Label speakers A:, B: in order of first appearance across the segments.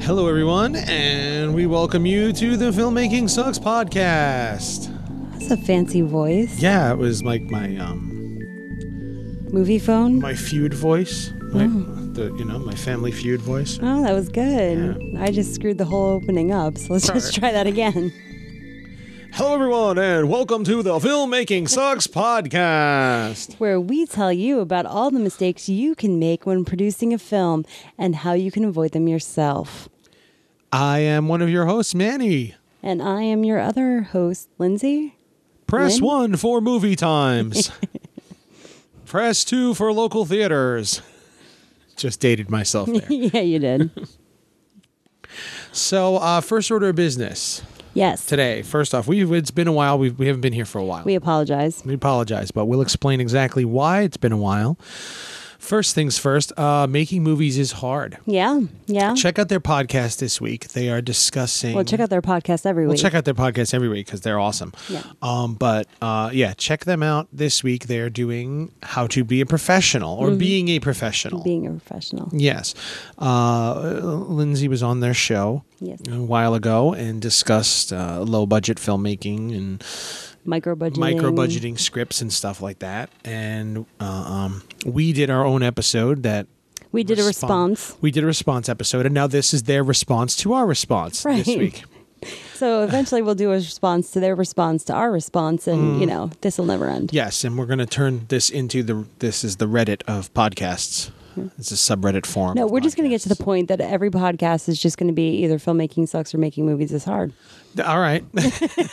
A: Hello, everyone, and we welcome you to the Filmmaking Sucks podcast.
B: That's a fancy voice.
A: Yeah, it was like my um
B: Movie phone.
A: my feud voice, my, the you know my family feud voice.
B: Oh, that was good. I just screwed the whole opening up, so let's just try that again.
A: Hello, everyone, and welcome to the Filmmaking Sucks podcast.
B: Where we tell you about all the mistakes you can make when producing a film and how you can avoid them yourself.
A: I am one of your hosts, Manny.
B: And I am your other host, Lindsay.
A: Press
B: Lynn?
A: one for movie times. Press two for local theaters. Just dated myself there.
B: yeah, you did.
A: so, uh, first order of business
B: Yes.
A: today. First off, we've it's been a while. We've, we haven't been here for a while.
B: We apologize.
A: We apologize, but we'll explain exactly why it's been a while. First things first, uh, making movies is hard.
B: Yeah, yeah.
A: Check out their podcast this week. They are discussing.
B: well, check out their podcast every
A: Well,
B: week.
A: check out their podcast every week because they're awesome.
B: Yeah.
A: Um, but uh, yeah, check them out this week. They're doing how to be a professional or
B: Mm-hmm.
A: being a professional.
B: Being a professional.
A: yes. Uh, Lindsay was on their show
B: Yes.
A: a while ago and discussed uh, low budget filmmaking and
B: Micro budgeting.
A: micro budgeting scripts and stuff like that. And uh, um, we did our own episode that
B: We did a
A: respon-
B: response.
A: We did a response episode, and now this is their response to our response
B: Right.
A: this week.
B: So eventually we'll do a response to their response to our response, and
A: Mm.
B: you know this will never end.
A: Yes, and we're going to turn this into the this is the Reddit of podcasts. It's a subreddit forum.
B: Hmm. No,
A: of
B: we're just going to get to the
A: podcasts.
B: point that every podcast is just going to be either filmmaking sucks or making movies is hard
A: All right,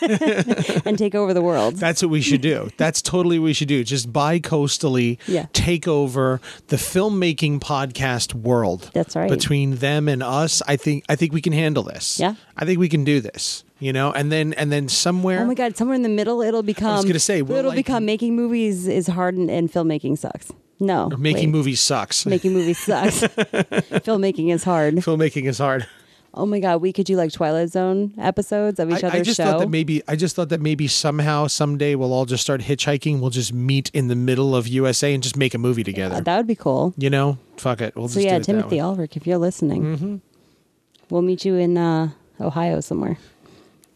B: and take over the world.
A: that's what we should do. That's totally what we should do. Just bi-coastally
B: Yeah.
A: take over the filmmaking podcast world.
B: That's right.
A: Between them and us, I think I think we can handle this.
B: Yeah.
A: I think we can do this. You know, and then and then somewhere.
B: Oh my God! Somewhere in the middle, it'll become.
A: gonna say, we'll,
B: it'll
A: like-
B: become making movies is hard and, and filmmaking sucks. No,
A: Or making
B: wait.
A: movies sucks.
B: making movies sucks. filmmaking is hard.
A: Filmmaking is hard.
B: Oh my God! We could do like Twilight Zone episodes of each
A: I,
B: other's
A: I just
B: show.
A: thought that maybe I just thought that maybe somehow someday we'll all just start hitchhiking. We'll just meet in the middle of USA and just make a movie together.
B: Uh, that would be cool.
A: you know, fuck it. We'll
B: So
A: just
B: yeah,
A: do it
B: Timothy
A: that way. Mm-hmm.
B: Ulrich, if you're listening, we'll meet you in uh, Ohio somewhere.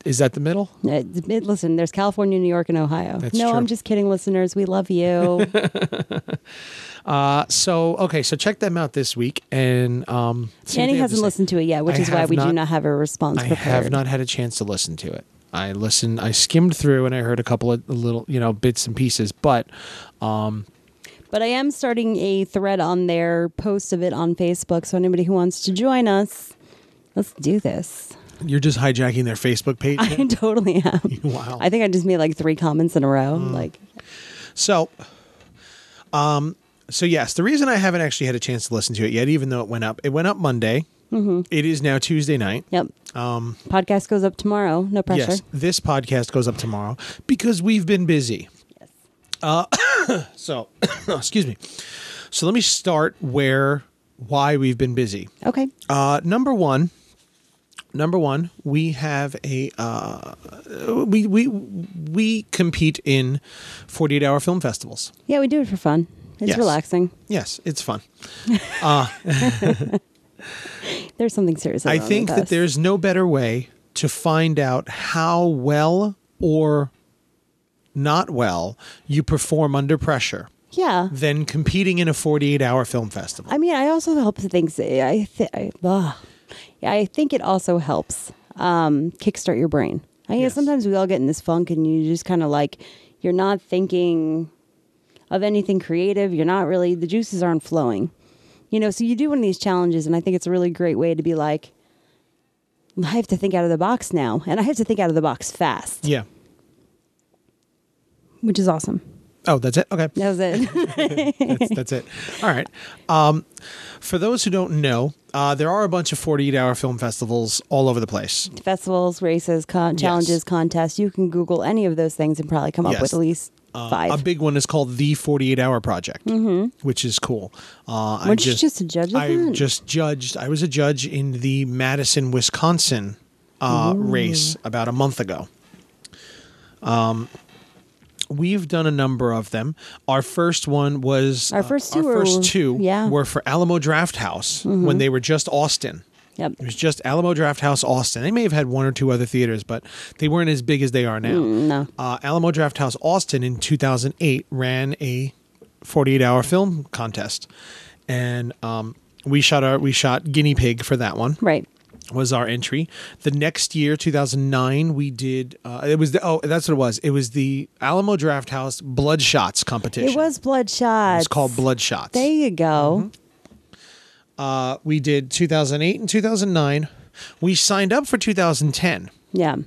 A: Is that the middle?
B: Uh, it- listen, there's California, New York, and Ohio.
A: That's
B: no,
A: true.
B: I'm just kidding, listeners. We love you.
A: Uh, so okay, so check them out this week. And um, see what
B: Annie
A: they have to
B: hasn't
A: say.
B: listened to it yet, which
A: I
B: is why
A: have
B: we do
A: not-
B: not have a response
A: I
B: prepared.
A: have not had a chance to listen to it. I listened. I skimmed through and I heard a couple of little, you know, bits and pieces. But um,
B: But I am starting a thread on their post of it on Facebook. So anybody who wants to join us, let's do this.
A: you're just hijacking their Facebook page.
B: I totally am.
A: wow.
B: I think I just made like three comments in a row.
A: Mm.
B: Like,
A: So, um, so yes, the reason I haven't actually had a chance to listen to it yet, even though it went up, it went up Monday.
B: Mm-hmm.
A: It is now Tuesday night.
B: yep.
A: Um,
B: Podcast goes up tomorrow. No pressure.
A: yes, this podcast goes up tomorrow because we've been busy.
B: Yes.
A: Uh, so, excuse me. So let me start where why we've been busy.
B: Okay.
A: Uh, number one, number one, we have a uh, we we we compete in forty eight hour film festivals.
B: Yeah, we do it for fun. It's
A: Yes.
B: relaxing.
A: Yes, it's fun.
B: There's something serious.
A: I
B: wrong
A: think
B: with
A: that
B: us.
A: there's no better way to find out how well or not well you perform under pressure
B: Yeah.
A: than competing in a 48 hour film festival.
B: I mean, I also help to think. I th- I, ugh. Yeah, I think it also helps um, kickstart your brain. I guess
A: Yes.
B: sometimes we all get in this funk, and you just kind of like you're not thinking of anything creative. You're not really the juices aren't flowing. You know, so you do one of these challenges, and I think it's a really great way to be like, I have to think out of the box now, and I have to think out of the box fast,
A: yeah.
B: which is awesome.
A: Oh, that's it. Okay.
B: That was it.
A: that's, that's it. All right. Um, for those who don't know, uh, there are a bunch of 48 hour film festivals all over the place.
B: festivals, races, con- challenges, contests. You can Google any of those things and probably come up
A: Yes.
B: with at least
A: Uh,
B: five. Mm-hmm.
A: A big one is called the 48 Hour Project, which is cool. Uh, I
B: Weren't you just a judge of
A: I
B: that?
A: just judged. I was a judge in the Madison, Wisconsin uh, race about a month ago. Um, We've done a number of them. Our first one was uh,
B: Our first two
A: our
B: were-
A: first two
B: yeah. Mm-hmm.
A: were for Alamo Draft House when they were just Austin.
B: Yep.
A: It was just Alamo Draft House Austin. They may have had one or two other theaters, but they weren't as big as they are now.
B: Mm, no.
A: Uh, Alamo Draft House Austin in 2008 ran a 48 hour film contest, and um, we shot our we shot Guinea Pig for that one
B: Right.
A: was our entry. The next year, 2009, we did. Uh, it was the oh, that's what it was. It was the Alamo Draft House Bloodshots competition.
B: It was Bloodshot.
A: It was called Mm-hmm. Bloodshots.
B: There you go.
A: uh, we did 2008 and 2009. We signed up for 2010,
B: Yeah.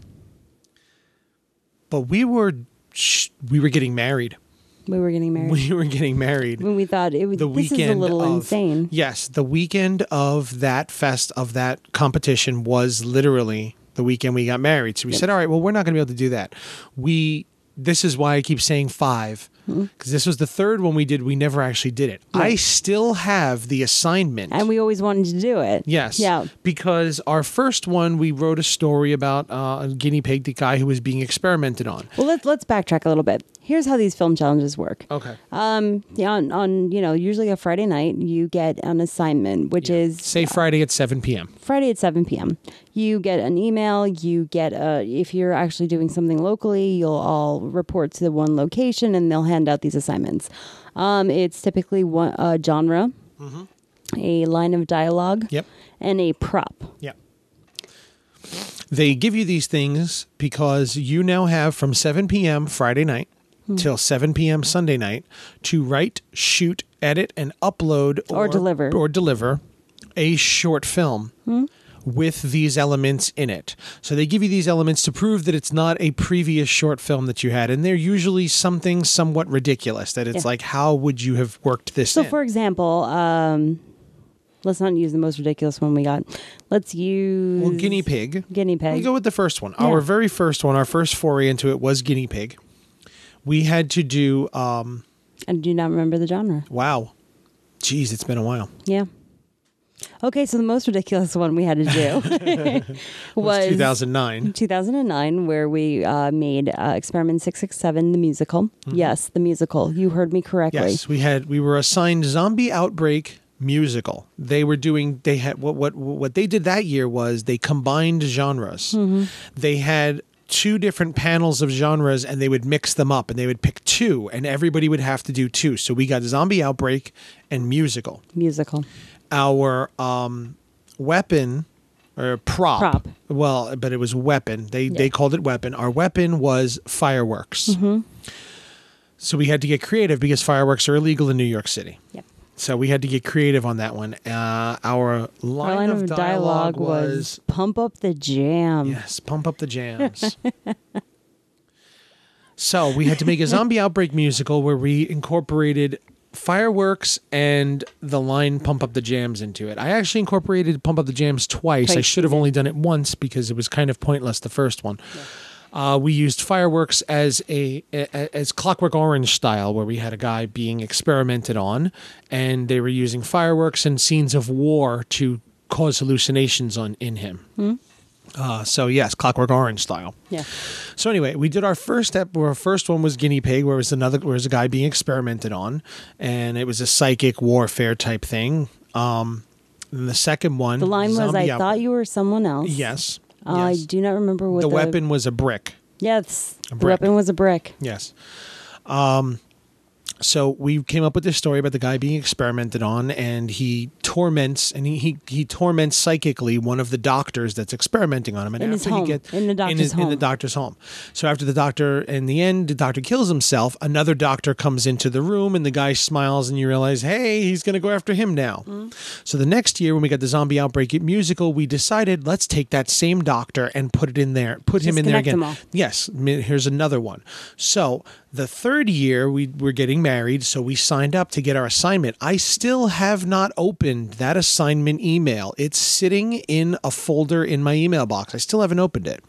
A: but we were sh- we were getting married.
B: We were getting married.
A: We were getting married.
B: when we thought it was
A: The
B: Mm, this
A: weekend
B: is a little
A: of,
B: insane.
A: Yes, the weekend of that fest of that competition was literally the weekend we got married. So we said, "All right, well, we're not going to be able to do that." We this is why I keep saying 5
B: Mm-hmm.
A: because this was the third one we did. We never actually did it. I still have the assignment.
B: And we always wanted to do it.
A: Yes.
B: Yeah.
A: Because our first one, we wrote a story about uh, a guinea pig, the guy who was being experimented on.
B: Well, let's let's backtrack a little bit. Here's how these film challenges work.
A: Okay.
B: Um, yeah, on, on you know usually a Friday night you get an assignment, which is
A: Say Friday at 7 p.m.
B: Friday at 7 p.m. You get an email. You get a, if you're actually doing something locally, you'll all report to the one location and they'll hand out these assignments. Um, it's typically one a genre, a line of dialogue,
A: Mm-hmm. Yep.
B: and a prop.
A: Yeah. They give you these things because you now have from 7 p.m. Friday night
B: Hmm.
A: till 7 p.m. Sunday night to write, shoot, edit, and upload
B: Or deliver. Hmm?
A: or deliver a short film. With these elements in it. So they give you these elements to prove that it's not a previous short film that you had. And they're usually something somewhat ridiculous that it's
B: Yeah.
A: like, how would you have worked this
B: So,
A: in?
B: for example, um, let's not use the most ridiculous one we got. Let's use
A: well, guinea pig.
B: guinea pig.
A: We go with the first one.
B: Yeah.
A: Our very first one, our first foray into it was guinea pig. We had to do um
B: I do not remember the genre.
A: wow. Jeez, it's been a while.
B: Yeah. Okay, so the most ridiculous one we had to do was
A: 2009.
B: 2009, where we uh, made uh, Experiment 667, the musical. Yes, the musical. You heard me correctly.
A: Mm-hmm. Yes, we had we were assigned zombie outbreak musical. They were doing they had what what what they did that year was they combined genres.
B: Mm-hmm.
A: They had two different panels of genres and they would mix them up and they would pick two and everybody would have to do two. So we got zombie outbreak and musical.
B: Musical.
A: our um, weapon or prop.
B: Prop.
A: Well, but it was weapon. They they called it weapon. Our weapon was fireworks.
B: Mm-hmm.
A: So we had to get creative because fireworks are illegal in New York City.
B: Yep.
A: So we had to get creative on that one. Uh, our line,
B: Our line of dialogue was
A: was
B: pump up the jam.
A: yes, pump up the jams. so we had to make a zombie outbreak musical where we incorporated fireworks and the line pump up the jams into it. I actually incorporated pump up the jams twice. I
B: Twice,
A: should have only done it once because it was kind of pointless the first one. Uh, we used fireworks as a, a as Clockwork Orange style, where we had a guy being experimented on, and they were using fireworks and scenes of war to cause hallucinations on in him. Uh, so yes, Clockwork Orange style.
B: Yeah.
A: So anyway, we did our first step. Our first one was guinea pig, where it was another where it was a guy being experimented on, and it was a psychic warfare type thing. Um, and the second one,
B: The line was, I
A: zombie out-
B: thought you were someone else.
A: yes,
B: Uh,
A: yes.
B: I do not remember what
A: the
B: the,
A: weapon was a brick.
B: Yes. The
A: brick.
B: weapon was a brick.
A: Yes. Um, so we came up with this story about the guy being experimented on, and he torments and he he, he torments psychically one of the doctors that's experimenting on him. And
B: In his
A: after
B: home.
A: he gets
B: In the doctor's
A: in the
B: home.
A: doctor's home. So after the doctor, in the end, the doctor kills himself. Another doctor comes into the room, and the guy smiles, and you realize, hey, he's going to go after him now.
B: Mm.
A: So the next year, when we got the zombie outbreak at musical, we decided let's take that same doctor and put it in there, put him in there
B: Disconnect them
A: again.
B: all.
A: Yes, I mean, here's another one. So the third year we were getting married, so we signed up to get our assignment. I still have not opened that assignment email. It's sitting in a folder in my email box. I still haven't opened it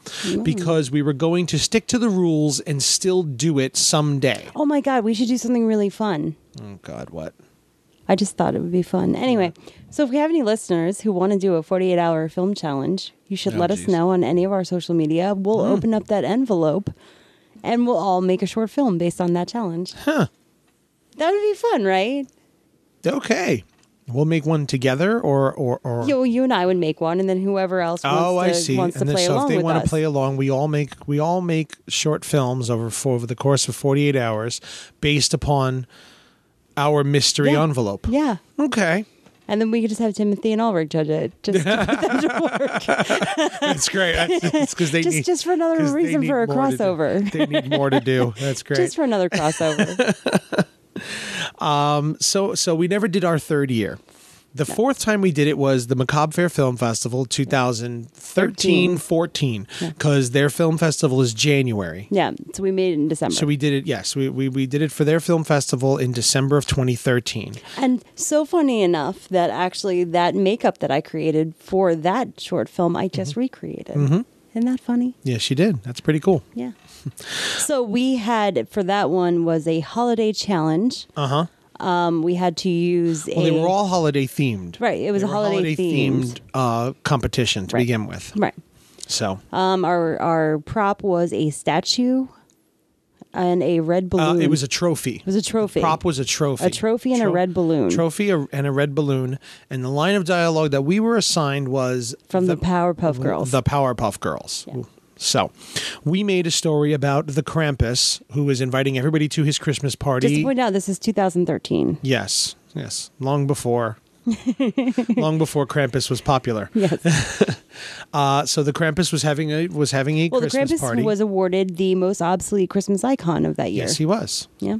A: because we were going to stick to the rules and still do it someday.
B: Oh my God, we should do something really fun.
A: Oh God, what?
B: I just thought it would be fun. Anyway, so if we have any listeners who want to do a 48 hour film challenge, you should
A: Oh, Hmm.
B: let us
A: geez.
B: know on any of our social media. We'll open up that envelope and we'll all make a short film based on that challenge.
A: Huh.
B: That would be fun, right?
A: Okay. We'll make one together or or or
B: You, you and I would make one, and then whoever else wants
A: Oh,
B: to,
A: I see.
B: wants to
A: and then,
B: play
A: so
B: along
A: if they
B: with
A: want
B: us.
A: to play along, we all make we all make short films over for, over the course of 48 hours based upon our mystery
B: Yeah.
A: envelope.
B: yeah,
A: Okay.
B: and then we could just have Timothy and Ulrich judge it, just to put them to work,
A: That's great. It's cuz they
B: just
A: need
B: just for another
A: 'cause they
B: reason
A: need
B: for a
A: more to do.
B: crossover,
A: They need more to do. That's great.
B: just for another crossover.
A: Um, so so we never did our third year. The fourth time we did it was the Macabre Fair Film Festival 2013 14 because their film festival is January.
B: yeah, so we made it in December.
A: So we did it, yes, we, we, we did it for their film festival in December of 2013.
B: And so funny enough that actually that makeup that I created for that short film, I
A: Mm-hmm.
B: just recreated. Isn't that funny?
A: Yes, you did. That's pretty cool.
B: Yeah. so we had for that one was a holiday challenge.
A: Uh huh.
B: Um, we had to use
A: Well,
B: a
A: they were all holiday themed.
B: Right, it was
A: They
B: a
A: were
B: holiday
A: holiday-themed, uh, competition to
B: Right.
A: begin with.
B: right.
A: So, uh,
B: Um, our our prop was a statue and a red
A: uh,
B: balloon.
A: it was a trophy.
B: it was a trophy.
A: Prop was a trophy.
B: A trophy and a red balloon.
A: Trophy a- and a red balloon. And the line of dialogue that we were assigned was
B: From the Powerpuff Girls.
A: The Powerpuff Girls. So, we made a story about the Krampus who was inviting everybody to his Christmas party.
B: just to point out, this is 2013.
A: Yes, yes, long before, long before Krampus was popular.
B: Yes.
A: Uh, so the Krampus was having a was having a
B: Well, the
A: Christmas
B: Krampus
A: party.
B: was awarded the most obsolete Christmas icon of that year.
A: yes, he was.
B: yeah.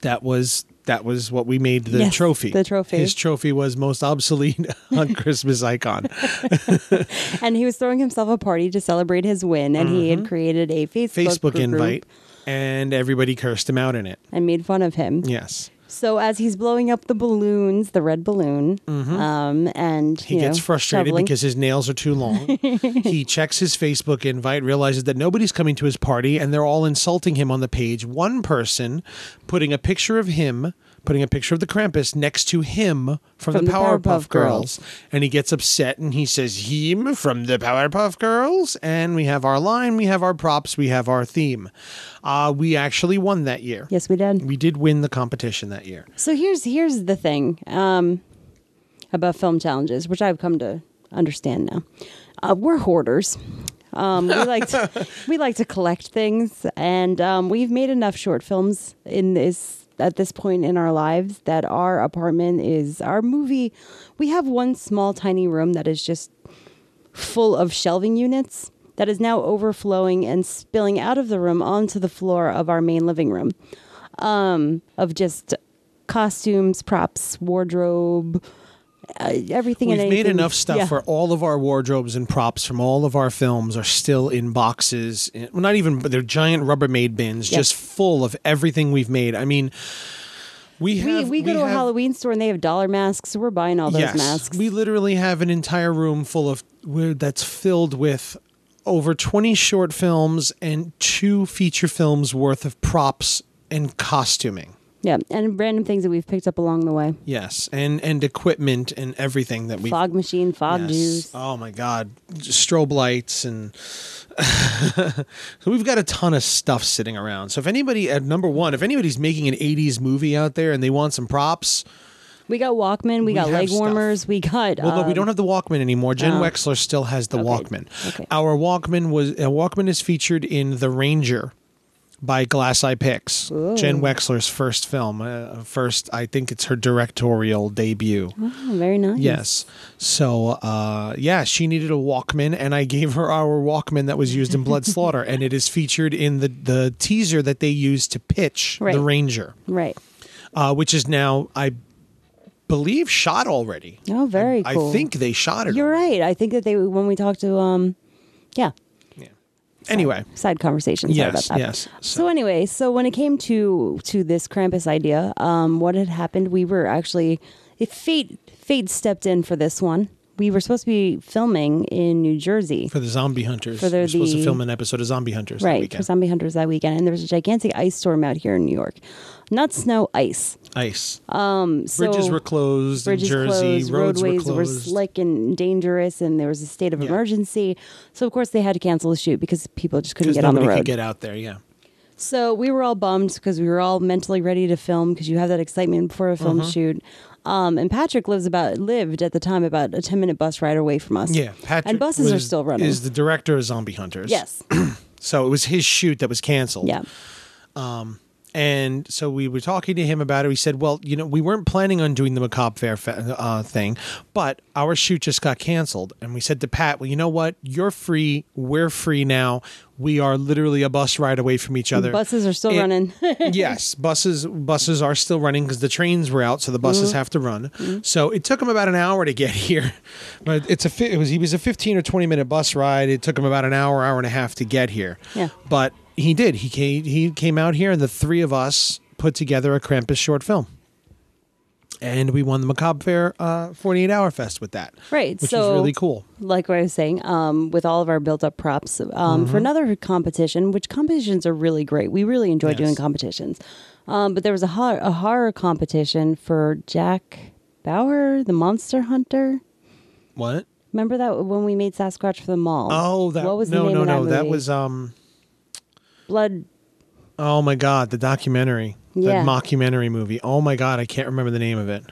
A: That was that was what we made the
B: Yes,
A: trophy.
B: the trophy.
A: His trophy was most obsolete on Christmas icon.
B: and he was throwing himself a party to celebrate his win, and he had created a Facebook,
A: Mm-hmm. Facebook
B: group
A: invite, and everybody cursed him out in it.
B: and made fun of him.
A: Yes,
B: So as he's blowing up the balloons, the red balloon, um, and
A: Mm-hmm. he
B: you
A: gets
B: know,
A: frustrated
B: shoveling.
A: because his nails are too long. he checks his Facebook invite, realizes that nobody's coming to his party, and they're all insulting him on the page. One person putting a picture of him, putting a picture of the Krampus next to him from, the, Powerpuff, Girls. and he gets upset and he says "him" from the Powerpuff Girls, and we have our line, we have our props, we have our theme. Uh, we actually won that year.
B: yes, we did.
A: We did win the competition that year.
B: So here's here's the thing um, about film challenges, which I've come to understand now. Uh, we're hoarders. Um, we like to, we like to collect things, and um, we've made enough short films in this at this point in our lives that our apartment is our movie. We have one small tiny room that is just full of shelving units that is now overflowing and spilling out of the room onto the floor of our main living room um, of just costumes, props, wardrobe, uh, everything.
A: We've
B: and
A: made
B: anything.
A: enough stuff
B: Yeah.
A: where all of our wardrobes and props from all of our films are still in boxes. in- Well, not even, but they're giant Rubbermaid bins,
B: Yes.
A: just full of everything we've made. I mean, we
B: we,
A: have
B: we go to a
A: have-
B: Halloween store and they have dollar masks. So we're buying all those masks.
A: we literally have an entire room full of where that's filled with over 20 short films and two feature films worth of props and costuming.
B: yeah, and random things that we've picked up along the way.
A: Yes, and and equipment and everything that we
B: Fog machine, fog
A: Yes.
B: juice.
A: Oh my God, strobe lights and so we've got a ton of stuff sitting around. So if anybody at number one, if anybody's making an '80s movie out there and they want some props,
B: We got Walkman. We, got
A: have
B: leg
A: stuff.
B: warmers. We got.
A: well, no, we
B: um, oh.
A: don't have the Walkman anymore. Jen Wexler still has the
B: okay.
A: Walkman.
B: Okay.
A: Our Walkman was uh, Walkman is featured in The Ranger. By Glass Eye Picks, Jen Wexler's first film, uh, first I think it's her directorial debut.
B: Oh, very nice.
A: Yes. So, uh, yeah, she needed a Walkman, and I gave her our Walkman that was used in Blood Slaughter, and it is featured in the, the teaser that they used to pitch
B: Right.
A: The Ranger,
B: Right.
A: uh, which is now, I believe, shot already.
B: Oh, very cool.
A: I think they shot it.
B: you're
A: already.
B: right. I think that they when we talked to um, yeah,
A: Anyway,
B: side conversation. Sorry
A: yes,
B: about that.
A: yes.
B: So. anyway, so when it came to to this Krampus idea, um, what had happened? We were actually if fate fate stepped in for this one. We were supposed to be filming in New Jersey,
A: for the Zombie Hunters,
B: For the-
A: we're supposed to
B: the-
A: film an episode of Zombie Hunters that
B: right, for
A: weekend.
B: zombie hunters that weekend, and there was a gigantic ice storm out here in New York. Not snow, ice.
A: Ice.
B: Um, so
A: bridges were closed
B: bridges
A: in Jersey.
B: closed,
A: roads were
B: roadways
A: closed.
B: slick and dangerous, and there was a state of emergency. So of course they had to cancel the shoot because people just couldn't
A: because
B: get on the
A: nobody
B: road.
A: could get out there, yeah.
B: So we were all bummed because we were all mentally ready to film because you have that excitement before a
A: Mm-hmm.
B: film shoot. Um, and Patrick lives about lived at the time about a ten minute bus ride away from us.
A: Yeah, Patrick
B: and buses are
A: was-
B: still running.
A: Is the director of Zombie Hunters?
B: yes,
A: So it was his shoot that was canceled.
B: yeah,
A: And so we were talking to him about it. We said, "Well, you know, we weren't planning on doing the macabre fair fe- uh, thing, but our shoot just got canceled." And we said to Pat, "Well, you know what? You're free. We're free now. We are literally a bus ride away from each other.
B: buses are still
A: It-
B: running.
A: yes, buses buses are still running because the trains were out, so the buses
B: Mm-hmm.
A: have to run. So it took him about an hour to get here, but it's a fi- it was he was a fifteen or twenty minute bus ride. It took him about an hour, hour and a half to get here.
B: Yeah.
A: but he did. He came, he came out here, and the three of us put together a Krampus short film. And we won the Macabre Fair uh, 48 Hour Fest with that.
B: Right,
A: Which
B: so-
A: was really cool.
B: like what I was saying, um, with all of our built up props um,
A: Mm-hmm.
B: for another competition, which competitions are really great. We really enjoy
A: Yes.
B: doing competitions. Um, but there was a, hor- a horror competition for Jack Bauer, the monster hunter.
A: What?
B: Remember that when we made Sasquatch for the mall?
A: Oh, that
B: what was
A: no,
B: the name
A: no,
B: of that
A: no. That
B: movie?
A: was um,
B: Blood.
A: Oh my god, the documentary,
B: Yeah.
A: the mockumentary movie. Oh my god, I can't remember the name of it.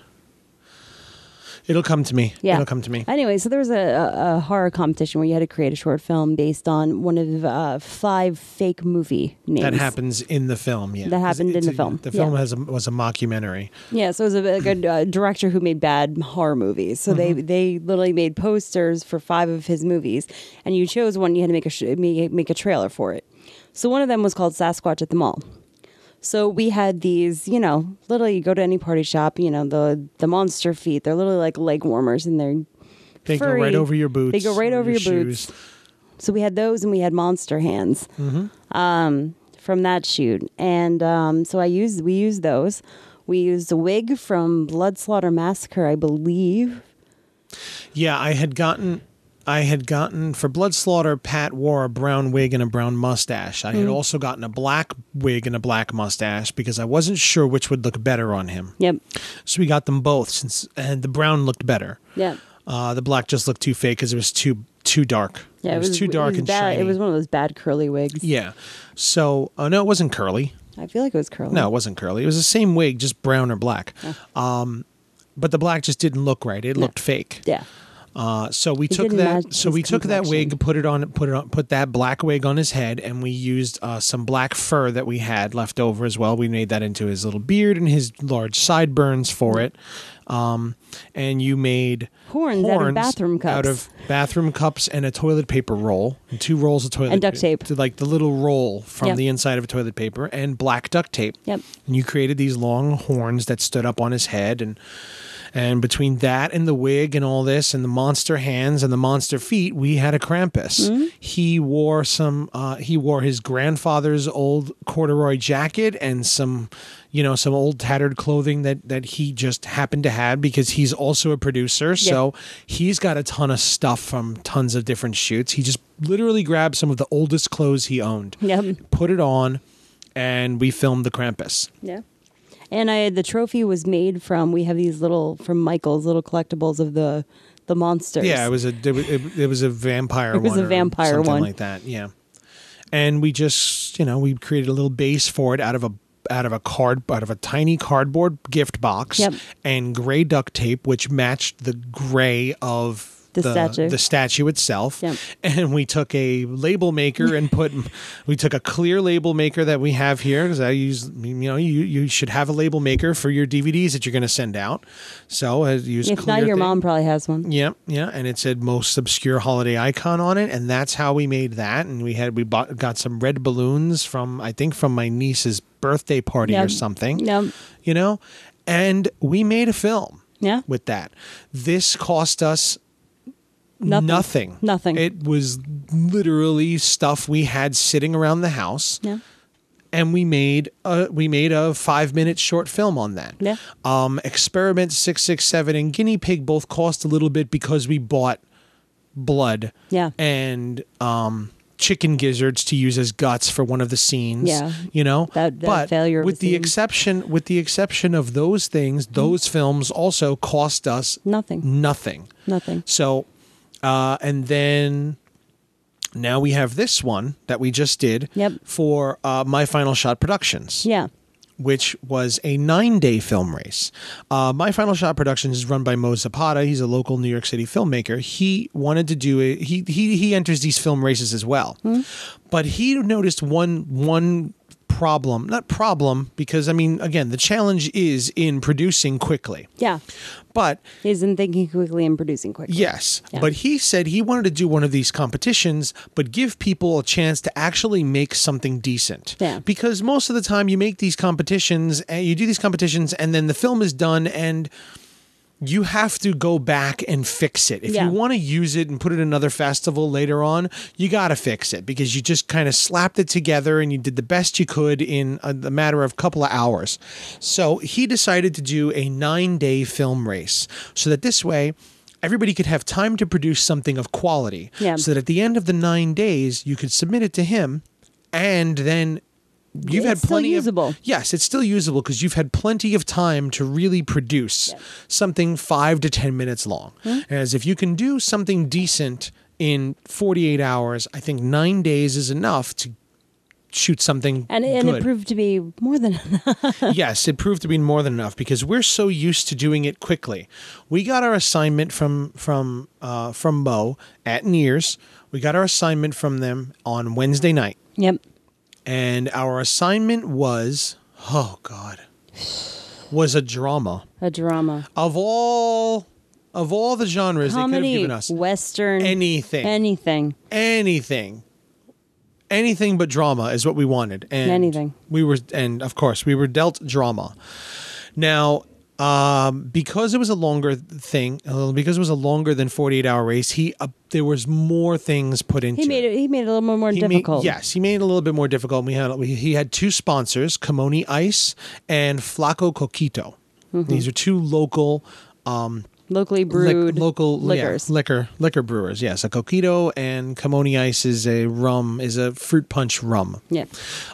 A: It'll come to me.
B: Yeah,
A: it'll come to me.
B: Anyway, so there was a, a, a horror competition where you had to create a short film based on one of uh, five fake movie names.
A: That happens in the film. Yeah,
B: That
A: 'Cause
B: happened in
A: it's
B: the
A: a-
B: film,
A: The film
B: yeah.
A: has a, was a mockumentary.
B: Yeah, so it was a, like a uh, director who made bad horror movies. So
A: Mm-hmm.
B: they they literally made posters for five of his movies, and you chose one. You had to make a sh- make make a trailer for it. So one of them was called Sasquatch at the Mall. So we had these, you know, literally you go to any party shop, you know, the the monster feet. They're literally like leg warmers, and they're
A: They
B: furry.
A: go right over your boots.
B: They go right
A: or
B: over your, boots.
A: shoes.
B: So we had those, and we had monster hands
A: Mm-hmm.
B: um, from that shoot. And um, so I used we used those. We used a wig from Blood Slaughter Massacre, I believe.
A: Yeah, I had gotten. I had gotten for Blood Slaughter. Pat wore a brown wig and a brown mustache. I had
B: Mm.
A: also gotten a black wig and a black mustache because I wasn't sure which would look better on him.
B: Yep.
A: So we got them both, since and the brown looked better.
B: Yep.
A: Uh, the black just looked too fake because it was too too dark.
B: Yeah,
A: it, was, too dark
B: it was
A: and
B: bad.
A: shiny.
B: It was one of those bad curly wigs.
A: yeah. So uh, no, it wasn't curly.
B: I feel like it was curly.
A: No, it wasn't curly. It was the same wig, just brown or black. Um, but the black just didn't look right. It looked fake.
B: Yeah.
A: Uh, so we took
B: didn't
A: that.
B: match
A: So
B: his
A: we took that
B: complexion.
A: wig, put it on, put it on, put that black wig on his head, and we used uh, some black fur that we had left over as well. We made that into his little beard and his large sideburns for it. Um, and you made
B: Horns out of bathroom cups.
A: out of bathroom cups and a toilet paper roll, and two rolls of toilet
B: And duct
A: pa-
B: tape.
A: to like the little roll from
B: Yep.
A: the inside of a toilet paper and black duct tape.
B: Yep.
A: And you created these long horns that stood up on his head and and between that and the wig and all this and the monster hands and the monster feet, we had a Krampus. He wore some uh, he wore his grandfather's old corduroy jacket and some you know, some old tattered clothing that that he just happened to have because he's also a producer. So he's got a ton of stuff from tons of different shoots. He just literally grabbed some of the oldest clothes he owned
B: Yep.
A: put it on, and we filmed the Krampus.
B: Yeah. And I the trophy was made from we have these little from Michael's little collectibles of the the monsters.
A: Yeah, it was a it, was- it, it was a vampire.
B: It was
A: one
B: a
A: or
B: vampire
A: something
B: one.
A: like that. Yeah, and we just you know we created a little base for it out of a out of a card out of a tiny cardboard gift box
B: Yep.
A: and gray duct tape, which matched the gray of.
B: The statue.
A: the statue itself
B: Yep.
A: and we took a label maker and put we took a clear label maker that we have here because i use you know you you should have a label maker for your dvds that you're going to send out so i use
B: if not,
A: clear
B: your
A: thing.
B: mom probably has one.
A: Yeah, yeah, and it said most obscure holiday icon on it, and that's how we made that. And we had we bought got some red balloons from I think from my niece's birthday party or
B: Yep.
A: something.
B: Yep.
A: You know, and we made a film
B: Yeah.
A: with that. This cost us
B: Nothing.
A: nothing.
B: Nothing.
A: It was literally stuff we had sitting around the house,
B: Yeah.
A: and we made a we made a five minute short film on that.
B: Yeah.
A: Um, Experiment six six seven and Guinea Pig both cost a little bit because we bought blood.
B: Yeah.
A: And um, chicken gizzards to use as guts for one of the scenes.
B: Yeah.
A: You know.
B: That- that
A: but
B: failure of
A: with
B: the
A: the
B: scene.
A: exception with the exception of those things, those films also cost us
B: Mm.
A: Mm.
B: Nothing.
A: nothing.
B: Nothing.
A: So, uh, and then Now we have this one that we just did
B: Yep.
A: for uh, My Final Shot Productions.
B: Yeah.
A: which was a nine day film race. Uh, My Final Shot Productions is run by Mo Zapata. He's a local New York City filmmaker. He wanted to do a he he he enters these film races as well, but he noticed one one problem not problem because I mean again the challenge is in producing quickly,
B: Yeah.
A: but
B: Isn't thinking quickly and producing quickly.
A: Yes,
B: Yeah.
A: but he said he wanted to do one of these competitions, but give people a chance to actually make something decent.
B: Yeah.
A: Because most of the time, you make these competitions and you do these competitions, and then the film is done, and you have to go back and fix it. If
B: Yeah.
A: you want to use it and put it in another festival later on, you got to fix it because you just kind of slapped it together and you did the best you could in a, the matter of a couple of hours. So he decided to do a nine day film race so that this way, Everybody could have time to produce something of quality.
B: Yeah.
A: So that at the end of the nine days, you could submit it to him and then you've
B: It's
A: had
B: still
A: plenty
B: usable.
A: of yes it's still usable because you've had plenty of time to really produce something five to ten minutes long
B: Hmm?
A: as if you can do something decent in 48 hours i think nine days is enough to shoot something
B: And, and
A: good.
B: it proved to be more than enough.
A: yes, it proved to be more than enough because we're so used to doing it quickly. We got our assignment from from uh, from Mo at Nears. We got our assignment from them on Wednesday night,
B: Yep.
A: and our assignment was oh god, was a drama
B: A drama.
A: of all of all the genres they could have
B: Comedy,
A: given us.
B: Western,
A: Anything.
B: anything.
A: anything anything but drama is what we wanted and
B: Anything.
A: we were and of course we were dealt drama now um, because it was a longer thing uh, because it was a longer than 48 hour race he uh, there was more things put into
B: He made it. He made it a little more, more
A: He made-
B: difficult.
A: yes, he made it a little bit more difficult. And we had we, he had two sponsors, Kamoni Ice and Flaco Coquito.
B: Mm-hmm.
A: These are two local
B: Locally
A: lic-
B: brewed
A: local yeah,
B: liquors.
A: liquor liquor brewers. Yes, a coquito and Camoni Ice is a rum is a fruit punch rum.
B: Yeah.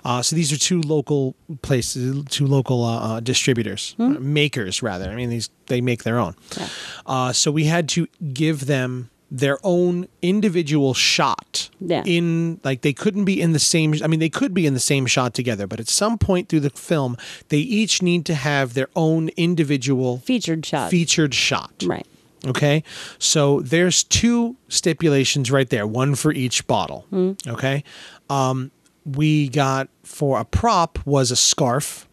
A: Uh, so these are two local places, two local uh, uh, distributors, uh, makers rather. I mean, these they make their own.
B: Hmm? Yeah.
A: Uh, so we had to give them their own individual shot.
B: Yeah.
A: In like they couldn't be in the same. I mean, they could be in the same shot together, but at some point through the film, they each need to have their own individual
B: Featured shot.
A: featured shot.
B: Right.
A: Okay. So there's two stipulations right there, one for each bottle.
B: Mm.
A: Okay. Um, we got for a prop was a scarf.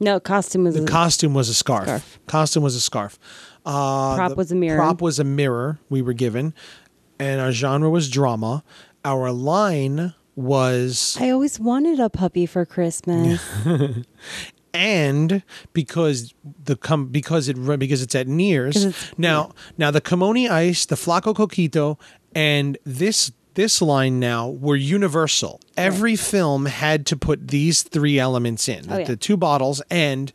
B: No costume was a,
A: Costume was a scarf.
B: Mm. Scarf.
A: Costume was a scarf. Uh,
B: Prop
A: the
B: was a mirror.
A: Prop was a mirror we were given. And our genre was drama. Our line was
B: I always wanted a puppy for Christmas.
A: and because the com- because it re- because it's at Nears
B: 'Cause it's-
A: now now the Kamoni Ice, the Flaco Coquito, and this this line now were universal. Every film had to put these three elements in
B: Oh,
A: the,
B: yeah.
A: the two bottles, and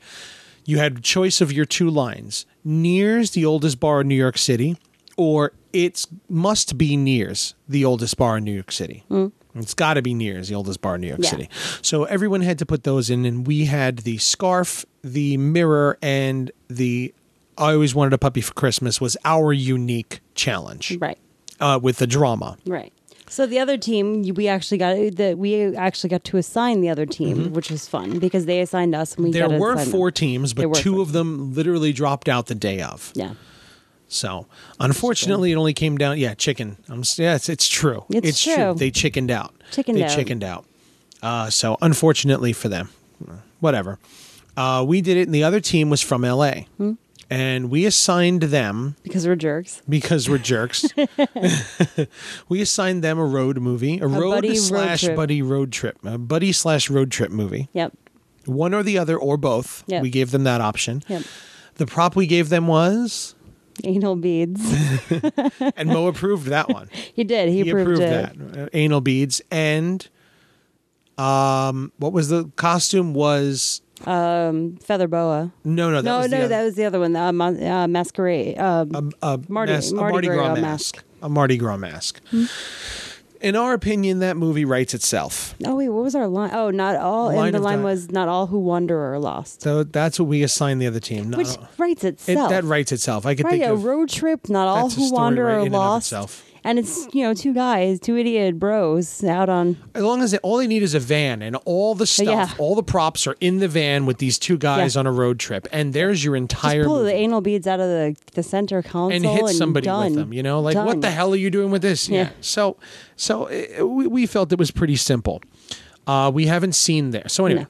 A: you had choice of your two lines: Nears, the oldest bar in New York City, or it's must be Nears, the oldest bar in New York City. It's got to be Nears, the oldest bar in New York
B: Hmm. Yeah.
A: City. So everyone had to put those in, and we had the scarf, the mirror, and the I always wanted a puppy for Christmas was our unique challenge
B: Right.
A: uh, with the drama.
B: Right. So the other team, you- we actually got uh, the we actually got to assign the other team, which was fun because they assigned us and we
A: Mm-hmm. There
B: got to
A: were
B: assign them.
A: four teams,
B: There
A: but
B: were
A: two
B: four
A: of them literally dropped out the day of.
B: Yeah.
A: So unfortunately, it only came down. Yeah, chicken. I'm, s- yeah, it's, it's true.
B: It's true.
A: They chickened out.
B: Chickened
A: they
B: out.
A: chickened out. Uh, so unfortunately for them, whatever. Uh, we did it, and the other team was from LA,
B: Hmm.
A: and we assigned them
B: Because we're jerks.
A: because we're jerks. we assigned them a road movie, a, road
B: buddy road
A: slash
B: trip.
A: buddy road trip, a buddy slash road trip movie.
B: Yep.
A: One or the other, or both.
B: Yep.
A: We gave them that option.
B: Yep.
A: The prop we gave them was,
B: Anal beads.
A: and Mo approved that one.
B: he did. He,
A: He approved,
B: it.
A: that. Uh, anal beads and um, what was the costume? Was
B: Feather boa.
A: no, no, that
B: no,
A: was the other-
B: no,
A: Um,
B: that was the other one. The, uh, mon- uh, masquerade. Uh,
A: a
B: Mardi-
A: mas- a
B: Mardi
A: Mardi
B: Gras
A: Gras
B: mask. Hmm.
A: mask. A Mardi Gras mask. In our opinion, that movie writes itself.
B: oh wait, what was our line? Oh, not all.
A: Line
B: and the
A: of
B: line
A: di-
B: was not all who wander are lost,
A: So that's what we assigned the other team. No,
B: which writes
A: it,
B: itself.
A: that writes itself. I could
B: right,
A: think
B: a
A: of
B: road trip. Not all
A: that's a
B: who
A: story
B: wander
A: right in
B: are
A: and of
B: lost.
A: itself.
B: And it's, you know, two guys, two idiot bros out on.
A: As long as they, all they need is a van and all the stuff,
B: Yeah.
A: all the props are in the van with these two guys
B: Yeah.
A: on a road trip, and there's your entire
B: Just pull the
A: movie.
B: anal beads out of the, the center console
A: and hit somebody
B: done.
A: with them. You know, like
B: Done.
A: what the hell are you doing with this? Yeah.
B: Yeah.
A: So, so uh, we, we felt it was pretty simple. Uh, we haven't seen there. So anyway,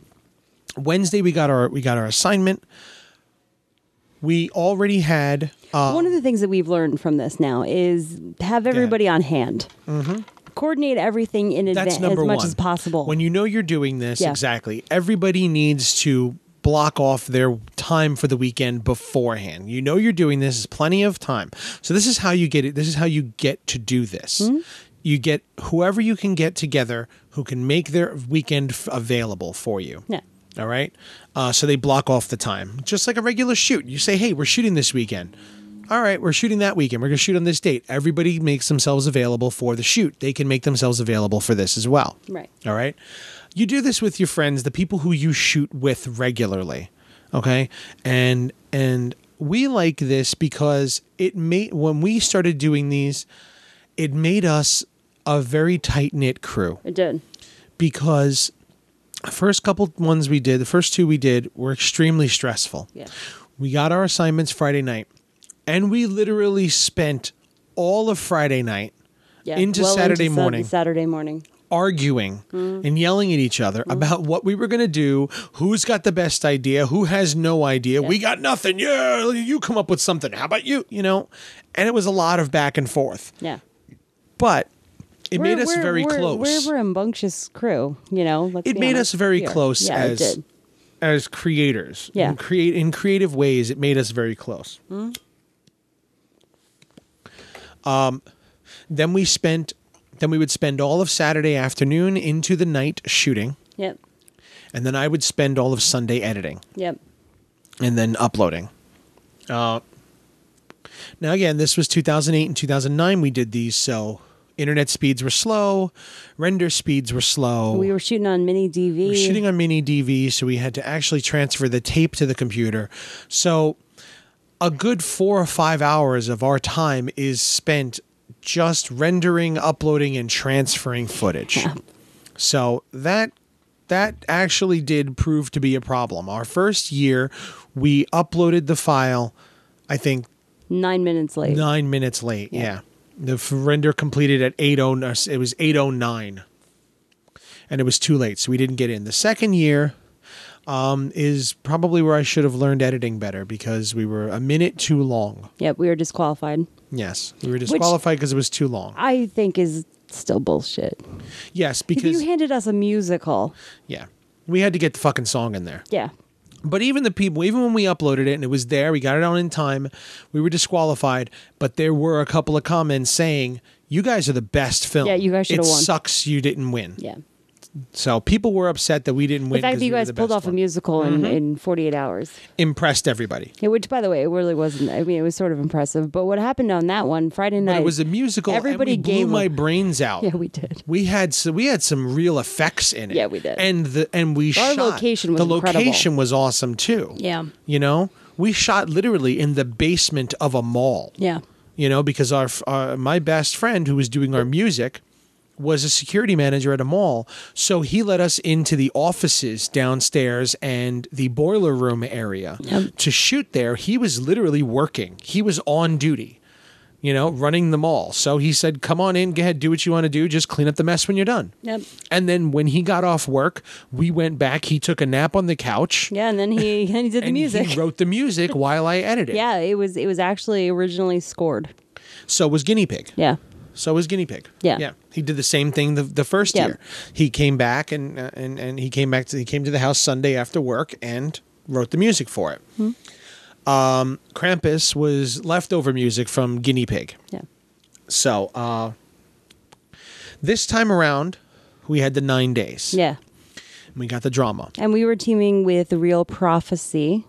A: Wednesday we got our we got our assignment. We already had. Uh,
B: One of the things that we've learned from this now is have everybody on hand. Mm-hmm. Coordinate everything in
A: that's
B: advance as
A: number
B: much
A: one.
B: as possible.
A: When you know you're doing this,
B: Yeah.
A: exactly. Everybody needs to block off their time for the weekend beforehand. You know you're doing this is plenty of time. So this is how you get it. This is how you get to do this.
B: Hmm?
A: You get whoever you can get together who can make their weekend f- available for you.
B: Yeah.
A: All right. Uh, so they block off the time, just like a regular shoot. You say, hey, we're shooting this weekend. All right, we're shooting that weekend. We're going to shoot on this date. Everybody makes themselves available for the shoot. They can make themselves available for this as well.
B: Right.
A: All right. You do this with your friends, the people who you shoot with regularly. Okay. And, and, we like this because it made when we started doing these it made us a very tight knit crew
B: it did.
A: because the first couple ones we did, the first two we did were extremely stressful.
B: Yeah.
A: We got our assignments Friday night and we literally spent all of Friday night
B: Yeah.
A: Into
B: well
A: Saturday
B: Sat-
A: morning.
B: Saturday morning.
A: arguing
B: Mm.
A: and yelling at each other about what we were going to do, who's got the best idea, who has no idea. We got nothing. Yeah, you come up with something. How about you, you know? And it was a lot of back and forth.
B: Yeah.
A: But it
B: We're-
A: made us
B: we're-
A: very
B: we're-
A: close.
B: We're a rambunctious crew, you know. let's
A: it
B: be
A: made
B: honest
A: us very
B: here.
A: close
B: Yeah, it
A: as
B: did.
A: as creators.
B: Yeah. Hmm?
A: In create in creative ways, it made us very close. Um, Um, then we spent then we would spend all of Saturday afternoon into the night shooting,
B: Yep.
A: and then I would spend all of Sunday editing
B: Yep.
A: and then uploading. Uh, now again, this was 2008 and 2009. We did these, so internet speeds were slow, render speeds were slow.
B: We were shooting on mini DV.
A: Oh. We're shooting on mini DV, so we had to actually transfer the tape to the computer. So a good four or five hours of our time is spent just rendering, uploading, and transferring footage. So that that actually did prove to be a problem. Our first year, we uploaded the file, I think
B: nine minutes late.
A: nine minutes late. Yeah, the f- render completed at eight oh. It was eight oh nine, and it was too late, so we didn't get in. The second year um, is probably where I should have learned editing better because we were a minute too long.
B: Yep, we were disqualified.
A: Yes, we were disqualified because it was too long.
B: I think is still bullshit.
A: Yes,
B: If you
A: because
B: handed us a musical,
A: yeah, we had to get the fucking song in there.
B: yeah,
A: But even the people, even when we uploaded it and it was there, we got it on in time, we were disqualified. But there were a couple of comments saying, "You guys are the best film.
B: Yeah, you guys
A: It
B: should've won."
A: sucks you didn't win."
B: yeah.
A: So people were upset that we didn't
B: The
A: win.
B: fact
A: 'cause
B: that you
A: we were
B: guys
A: the
B: pulled
A: best
B: off a
A: one. Mm-hmm.
B: musical in, in 48 hours,
A: impressed everybody.
B: yeah, which, by the way, it really wasn't. I mean, it was sort of impressive. But what happened on that one Friday night?
A: But it was a musical.
B: Everybody
A: and we blew
B: gave
A: my
B: a-
A: brains out.
B: yeah, we did.
A: We had so we had some real effects in it.
B: Yeah, we did.
A: And the and we
B: Our
A: shot
B: location was
A: the
B: incredible.
A: location was awesome too.
B: Yeah.
A: you know we shot literally in the basement of a mall.
B: Yeah,
A: you know because our, our my best friend who was doing our music was a security manager at a mall so he let us into the offices downstairs and the boiler room area to shoot there he was literally working he was on duty you know running the mall so he said come on in go ahead do what you want to do just clean up the mess when you're done
B: Yep.
A: and then when he got off work we went back he took a nap on the couch
B: yeah. And then he then he did the
A: and
B: music.
A: he wrote the music while i edited
B: yeah, it was it was actually originally scored.
A: so was guinea pig
B: Yeah,
A: So was guinea pig.
B: Yeah.
A: yeah. He did the same thing the, the first
B: Yeah.
A: year. He came back and uh, and and he came back to he came to the house Sunday after work and wrote the music for it.
B: Hmm.
A: Um, Krampus was leftover music from guinea pig.
B: yeah.
A: So uh, this time around, we had the nine days.
B: Yeah.
A: And we got the drama.
B: And we were teaming with Real Prophecy,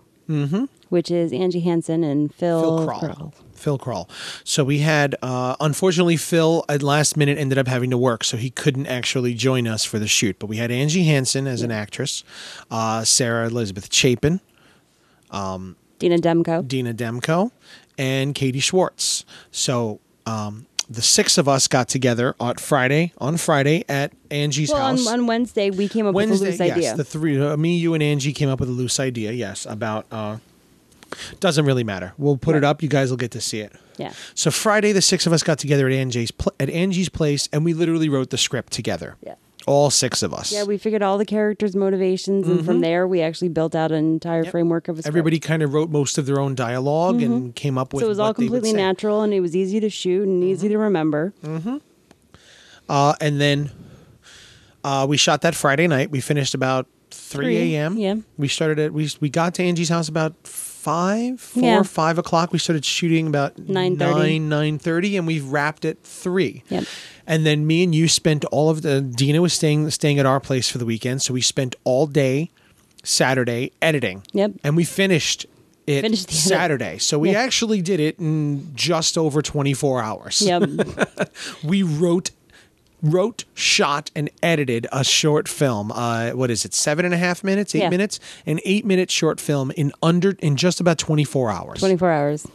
B: which is Angie Hansen and Phil,
A: Mm-hmm. Phil Crawl. Phil Crawl. So we had, uh, unfortunately, Phil at last minute ended up having to work, so he couldn't actually join us for the shoot. But we had Angie Hansen as an actress, uh, Sarah Elizabeth Chapin,
B: Dina Demko.
A: Dina Demko, and Katie Schwartz. So um, the six of us got together on Friday on Friday at Angie's
B: Well, on,
A: house.
B: on Wednesday we came up
A: Wednesday,
B: with a loose idea.
A: yes, the three uh, me, you, and Angie came up with a loose idea. Yes, about uh, doesn't really matter. We'll put it up. You guys will get to see it.
B: yeah,
A: So Friday, the six of us got together at Angie's pl- at Angie's place, and we literally wrote the script together.
B: Yeah.
A: all six of us.
B: yeah. We figured all the characters' motivations, and from there we actually built out an entire framework of a script.
A: Mm-hmm. Everybody kind of wrote most of their own dialog and came up with.
B: Mm-hmm. so it was all
A: what they would
B: completely
A: say. Mm-hmm.
B: natural, and it was easy to shoot and easy to remember.
A: Uh, and then uh, we shot that Friday night. We finished about three,
B: Three,
A: a.m.
B: yeah.
A: we started at we we got to Angie's house about five, four,
B: Yeah.
A: five o'clock. We started shooting about
B: 9:30.
A: nine nine thirty, and we wrapped at three.
B: Yep.
A: And then me and you spent all of the Dina was staying staying at our place for the weekend, so we spent all day Saturday editing.
B: Yep.
A: And we finished it
B: Finished the edit.
A: Saturday. So we
B: Yeah.
A: actually did it in just over 24 hours
B: Yep.
A: we wrote wrote shot and edited a short film uh what is it seven and a half minutes eight
B: Yeah.
A: minutes an eight minute short film in under in just about 24 hours
B: Twenty four hours.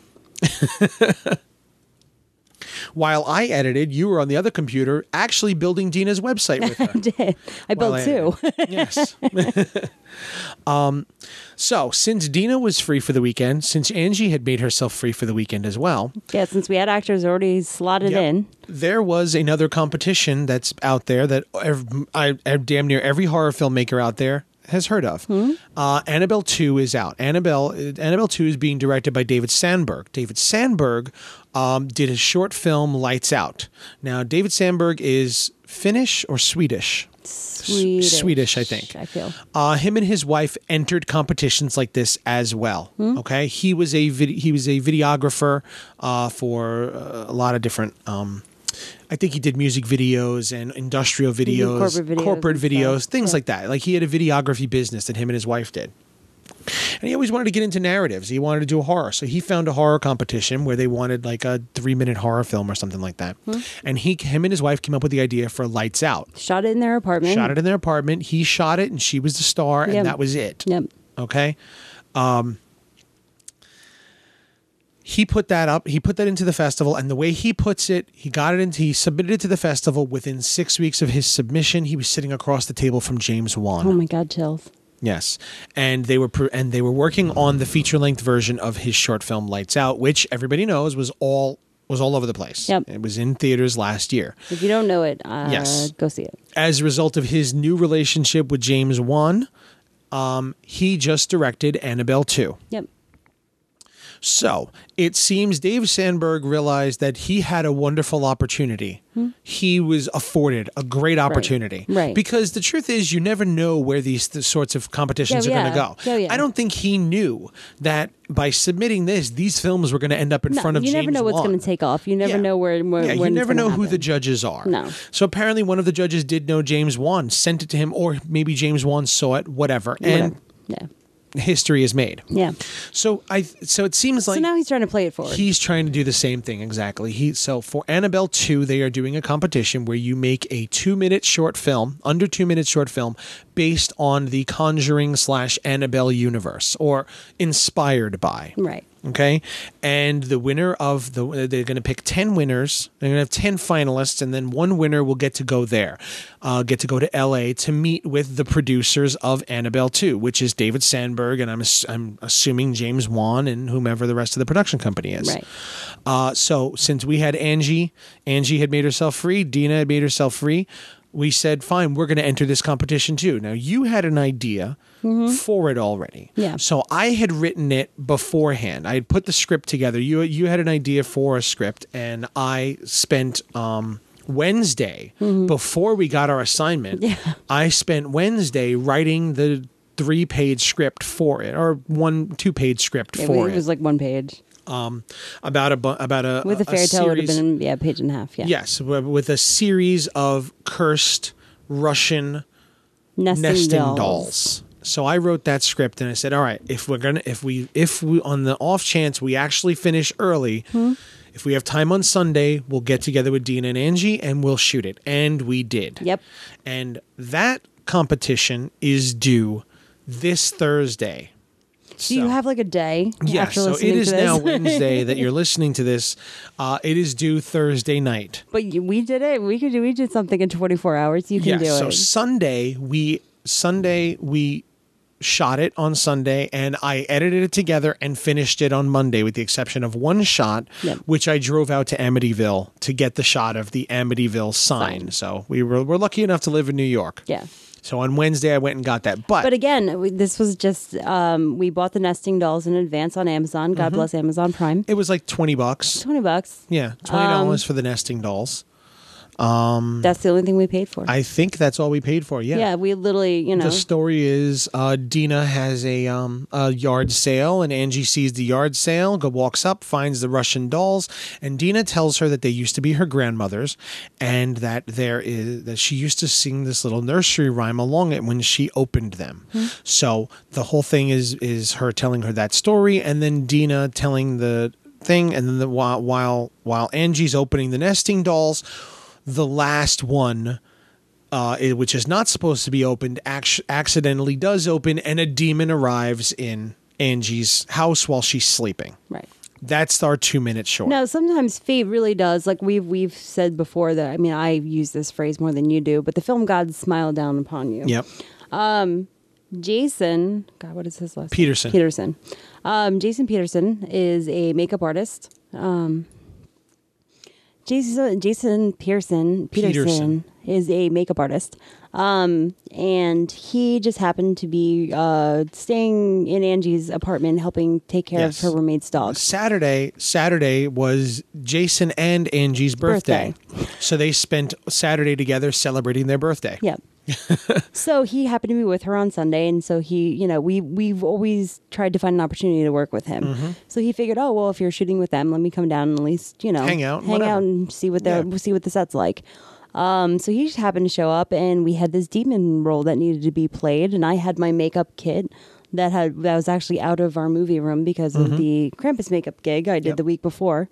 A: while i edited you were on the other computer actually building dina's website with her
B: I did. I
A: while
B: built
A: I
B: two.
A: edited. yes um so since dina was free for the weekend since angie had made herself free for the weekend as well
B: yeah, since we had actors already slotted
A: Yep.
B: in.
A: There was another competition that's out there that ev I, I damn near every horror filmmaker out there has heard of.
B: Hmm?
A: Uh, Annabelle 2 is out. Annabelle uh, Annabelle 2 is being directed by David Sandberg. David Sandberg um, did his short film Lights Out. Now, David Sandberg is Finnish or Swedish?
B: Swedish.
A: Swedish, I think.
B: I feel.
A: Uh, him and his wife entered competitions like this as well.
B: Hmm?
A: Okay, he was a vid- he was a videographer uh, for uh, a lot of different. Um, I think he did music videos and industrial videos,
B: corporate videos
A: corporate
B: and stuff.
A: videos, things like that. Like he had a videography business that him and his wife did. And he always wanted to get into narratives. He wanted to do a horror. So he found a horror competition where they wanted like a three minute horror film or something like that.
B: Hmm?
A: And he, him and his wife came up with the idea for Lights Out
B: Shot it in their apartment.
A: shot it in their apartment. He shot it, and she was the star,
B: Yeah.
A: and that was it.
B: Mm. Yep.
A: Okay. Um, he put that up. He put that into the festival, and the way he puts it, he got it into. He submitted it to the festival within six weeks of his submission. He was sitting across the table from James Wan.
B: Oh my god, chills.
A: Yes, and they were pr- and they were working on the feature length version of his short film Lights Out, which everybody knows was all was all over the place.
B: Yep.
A: It was in theaters last year.
B: If you don't know it, uh,
A: Yes.
B: go see it.
A: as a result of his new relationship with James Wan, um, he just directed Annabelle 2.
B: Yep.
A: So it seems Dave Sandberg realized that he had a wonderful opportunity. He was afforded a great opportunity.
B: Hmm. Right.
A: Because the truth is, you never know where these th- sorts of competitions
B: Oh,
A: are
B: yeah.
A: going to go.
B: Oh, yeah.
A: I don't think he knew that by submitting this, these films were going to end up in
B: No,
A: front of
B: you
A: James
B: never know what's
A: Wan.
B: going to take off. You never
A: Yeah.
B: know where. where
A: yeah, you
B: when it's
A: never
B: gonna
A: know who the
B: happen.
A: judges are.
B: No.
A: So apparently, one of the judges did know James Wan, sent it to him, or maybe James Wan saw it. Whatever, and
B: Whatever. Yeah.
A: history is made.
B: Yeah.
A: So I, so it seems
B: so
A: like
B: now he's trying to play it forward.
A: he's trying to do the same thing exactly. He so for Annabelle two, they are doing a competition where you make a two minute short film, under two minute short film, based on the Conjuring slash Annabelle universe or inspired by.
B: right.
A: Okay. And the winner of the, they're going to pick 10 winners. They're going to have 10 finalists, and then one winner will get to go there, uh, get to go to LA to meet with the producers of Annabelle 2, which is David Sandberg, and I'm, ass- I'm assuming James Wan and whomever the rest of the production company is.
B: Right.
A: Uh, so since we had Angie, Angie had made herself free, Dina had made herself free. We said, fine, we're going to enter this competition too. Now, you had an idea for it already.
B: Mm-hmm. Yeah.
A: So I had written it beforehand. I had put the script together. You you had an idea for a script, and I spent um, Wednesday before we got our assignment.
B: Mm-hmm. Yeah.
A: I spent Wednesday writing the three page script for it, or one two page script
B: Yeah,
A: for
B: it was like one page
A: um, about a bu- about a
B: with a fairy tale. It would have
A: series-
B: been yeah, a page and a half. Yeah.
A: yes w- with a series of cursed Russian
B: Nesting,
A: nesting
B: dolls.
A: dolls. So I wrote that script and I said, "All right, if we're gonna, if we, if we, on the off chance we actually finish early,
B: Hmm?
A: if we have time on Sunday, we'll get together with Dean and Angie and we'll shoot it." And we did.
B: Yep.
A: And that competition is due this Thursday.
B: Do you
A: So-
B: have like a day
A: Yeah,
B: after
A: so
B: listening
A: it is
B: to this?
A: now Wednesday that you're listening to this. Uh, it is due Thursday night.
B: but you- we did it. We could do. We did something in 24 hours. You can
A: yeah,
B: do
A: so
B: it.
A: Sunday we Sunday we shot it on Sunday and I edited it together and finished it on Monday with the exception of one shot
B: Yep.
A: which I drove out to Amityville to get the shot of the Amityville sign.
B: Sign.
A: So we were we're lucky enough to live in New York.
B: yeah.
A: So on Wednesday I went and got that. But,
B: But again, we, this was just um, we bought the nesting dolls in advance on Amazon.
A: Mm-hmm.
B: God bless Amazon Prime.
A: it was like 20 bucks.
B: 20 bucks.
A: Yeah, $20
B: Um,
A: for the nesting dolls.
B: That's the only thing we paid for.
A: Mm. I think that's all we paid for.
B: yeah. we literally, you know,
A: The story is uh, Dina has a um, a yard sale, and Angie sees the yard sale, go walks up, finds the Russian dolls, and Dina tells her that they used to be her grandmother's, and that there is that she used to sing this little nursery rhyme along it when she opened them.
B: Hmm.
A: So the whole thing is is her telling her that story, and then Dina telling the thing, and then the, while while while Angie's opening the nesting dolls, the last one uh, it- which is not supposed to be opened, act- accidentally does open, and a demon arrives in Angie's house while she's sleeping.
B: right.
A: That's our two minute short.
B: No, sometimes fate really does. Like we've we've said before that. I mean, I use this phrase more than you do, but the film gods smile down upon you.
A: Yep.
B: Jason, God, what is his last name?
A: Peterson.
B: Peterson. Um, Jason Peterson is a makeup artist. Um, Jason Jason Pearson Peterson,
A: Peterson.
B: is a makeup artist, um, and he just happened to be uh, staying in Angie's apartment, helping take care
A: Yes.
B: of her roommate's dog.
A: Saturday, Saturday was Jason and Angie's birthday. So they spent Saturday together celebrating their birthday.
B: Yeah. so he happened to be with her on Sunday, and so he, you know, we we've always tried to find an opportunity to work with him.
A: Mm-hmm.
B: So he figured, oh well, if you're shooting with them, let me come down and at least you know
A: Hang out,
B: hang
A: whatever.
B: out, and see what the
A: Yeah.
B: see what the set's like. Um, so he just happened to show up, and we had this demon role that needed to be played, and I had my makeup kit that had that was actually out of our movie room because of the Krampus makeup gig I did
A: Mm-hmm. Yep.
B: the week before.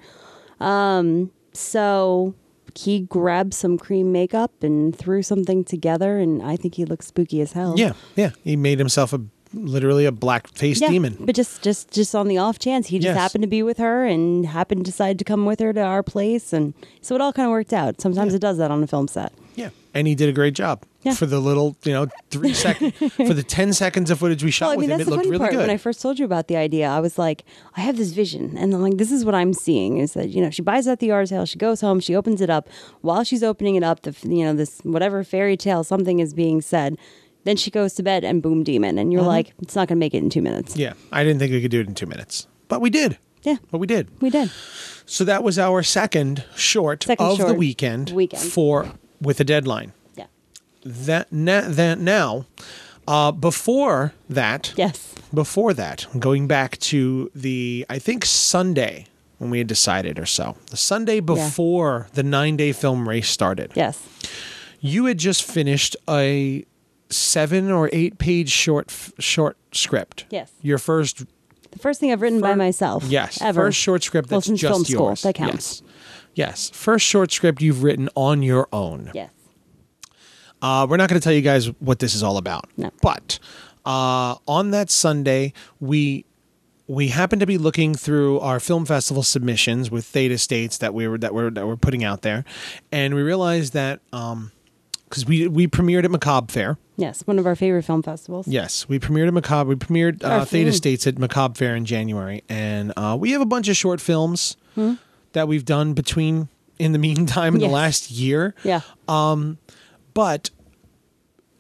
B: So he grabbed some cream makeup and threw something together, and I think he looks spooky as hell.
A: Yeah. Yeah. He made himself a literally a black faced
B: Yeah,
A: demon.
B: But just just just on the off chance, he just
A: Yes.
B: happened to be with her and happened to decide to come with her to our place, and so it all kind of worked out. Sometimes it does that on a film set.
A: Yeah. And he did a great job.
B: Yeah.
A: For the little, you know, three second, for the 10 seconds of footage we shot
B: Well, I
A: with
B: mean,
A: him,
B: that's
A: it
B: the
A: looked
B: funny
A: really
B: part.
A: good.
B: When I first told you about the idea, I was like, I have this vision, and I'm like, this is what I'm seeing: is that you know, she buys at the yard sale, she goes home, she opens it up. While she's opening it up, the f- you know this whatever fairy tale something is being said. Then she goes to bed and boom, demon, and you're like, it's not going to make it in two minutes.
A: Uh-huh. Yeah, I didn't think we could do it in two minutes, but we did.
B: Yeah.
A: But we did.
B: We did.
A: So that was our second short
B: Second
A: of the
B: short
A: weekend,
B: weekend.
A: for with a deadline.
B: Yeah.
A: That na- that now, uh, before that,
B: Yes.
A: before that, going back to the I think Sunday when we had decided or so, the Sunday before the nine day film race started.
B: Yes.
A: You had just finished a seven or eight page short f- short script.
B: Yes.
A: Your first
B: The first thing I've written by
A: Fir-
B: myself.
A: Yes.
B: Ever.
A: First short script that's
B: Wilson's
A: just
B: film school.
A: yours.
B: That counts.
A: Yes. Yes. First short script you've written on your own.
B: Yes.
A: Uh, we're not going to tell you guys what this is all about.
B: No.
A: But uh, on that Sunday, we we happened to be looking through our film festival submissions with Theta States that we were that were that we're putting out there, and we realized that because we we premiered at Macabre Fair.
B: Yes. One of our favorite film festivals.
A: Yes, we premiered at Macabre. We premiered uh,
B: Our
A: Theta
B: film.
A: States at Macabre Fair in January, and uh, we have a bunch of short films that we've done between in the meantime in
B: Yes.
A: the last year.
B: Yeah.
A: But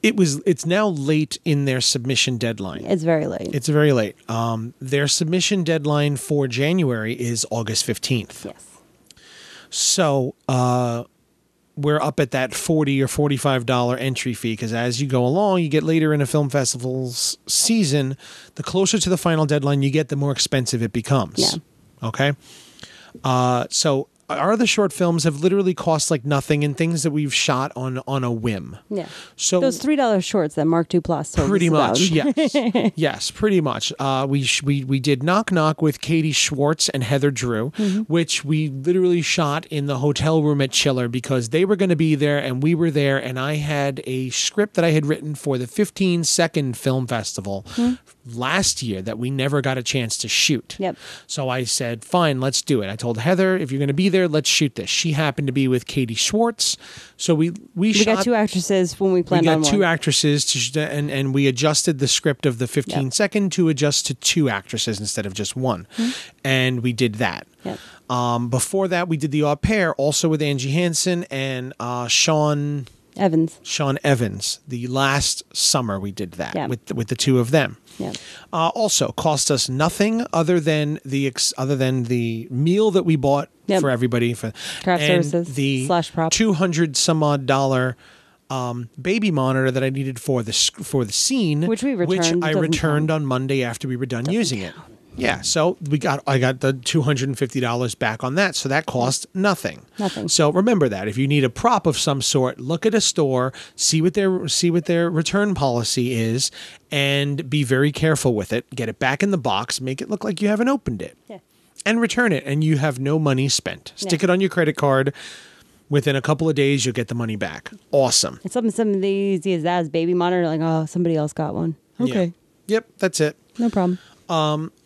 A: it was it's now late in their submission deadline.
B: It's very late.
A: It's very late. Um, their submission deadline for January is August fifteenth.
B: yes.
A: So uh, we're up at that forty or forty-five dollar entry fee because as you go along, you get later in a film festival's season, the closer to the final deadline you get, the more expensive it becomes.
B: Yeah.
A: Okay. Uh, so our other short films have literally cost like nothing and things that we've shot on on a whim.
B: Yeah.
A: So
B: Those three dollar shorts that Mark Duplass told
A: pretty
B: us about.
A: much yes yes pretty much uh, we sh- we we did knock knock with Katie Schwartz and Heather Drew
B: Mm-hmm.
A: which we literally shot in the hotel room at Chiller because they were going to be there and we were there and I had a script that I had written for the 15 second film festival
B: Hmm.
A: last year that we never got a chance to shoot
B: Yep.
A: so I said, fine, let's do it. I told Heather, if you're going to be there, let's shoot this. She happened to be with Katie Schwartz. So we, we,
B: We
A: shot
B: got two actresses when we
A: we
B: planned
A: got
B: on
A: two
B: one.
A: actresses to, sh- and and we adjusted the script of the fifteen second
B: Yep. Hmm.
A: to adjust to two actresses instead of just one and we did that
B: Yep.
A: um, before that we did the au pair also with angie hansen and uh, sean
B: Evans.
A: sean evans the last summer we did that
B: Yep.
A: with, with the two of them
B: Yep.
A: uh, also cost us nothing other than the ex- other than the meal that we bought
B: Yep.
A: for everybody for
B: Craft
A: and
B: services
A: the
B: slash prop.
A: two hundred some odd dollar um, baby monitor that I needed for the sc- for the scene,
B: Which we returned.
A: I
B: Doesn't
A: returned on Monday after we were done using it. Yeah, so we got I got the two hundred and fifty dollars back on that, so that cost nothing.
B: Nothing.
A: So remember that if you need a prop of some sort, look at a store, see what their see what their return policy is, and be very careful with it. Get it back in the box, make it look like you haven't opened it,
B: Yeah.
A: and return it, and you have no money spent. Stick
B: Yeah.
A: it on your credit card. Within a couple of days, you'll get the money back. Awesome.
B: And some some of these is as baby monitor, like, oh somebody else got one.
A: Yeah.
B: Okay.
A: Yep, that's it.
B: No problem.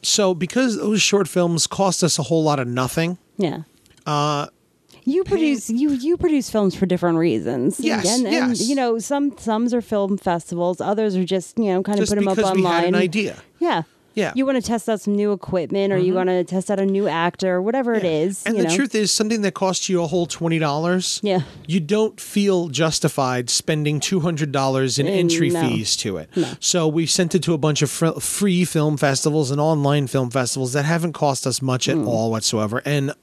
A: So because those short films cost us a whole lot of nothing,
B: Yeah.
A: Uh,
B: you produce you you produce films for different reasons.
A: Yes,
B: and, and,
A: yes.
B: you know some some are film festivals, others are just you know kind
A: just
B: of put them up
A: because
B: online.
A: we had an idea.
B: Yeah.
A: Yeah. Mm-hmm.
B: You want to test out some new equipment, or you want to test out a new actor, whatever it
A: Yeah.
B: is.
A: And
B: you
A: the
B: know.
A: truth is, something that costs you a whole twenty dollars,
B: Yeah.
A: you don't feel justified spending two hundred dollars in
B: Mm,
A: entry
B: no.
A: fees to it. So we sent it to a bunch of fr- free film festivals and online film festivals that haven't cost us much
B: Mm.
A: at all whatsoever, and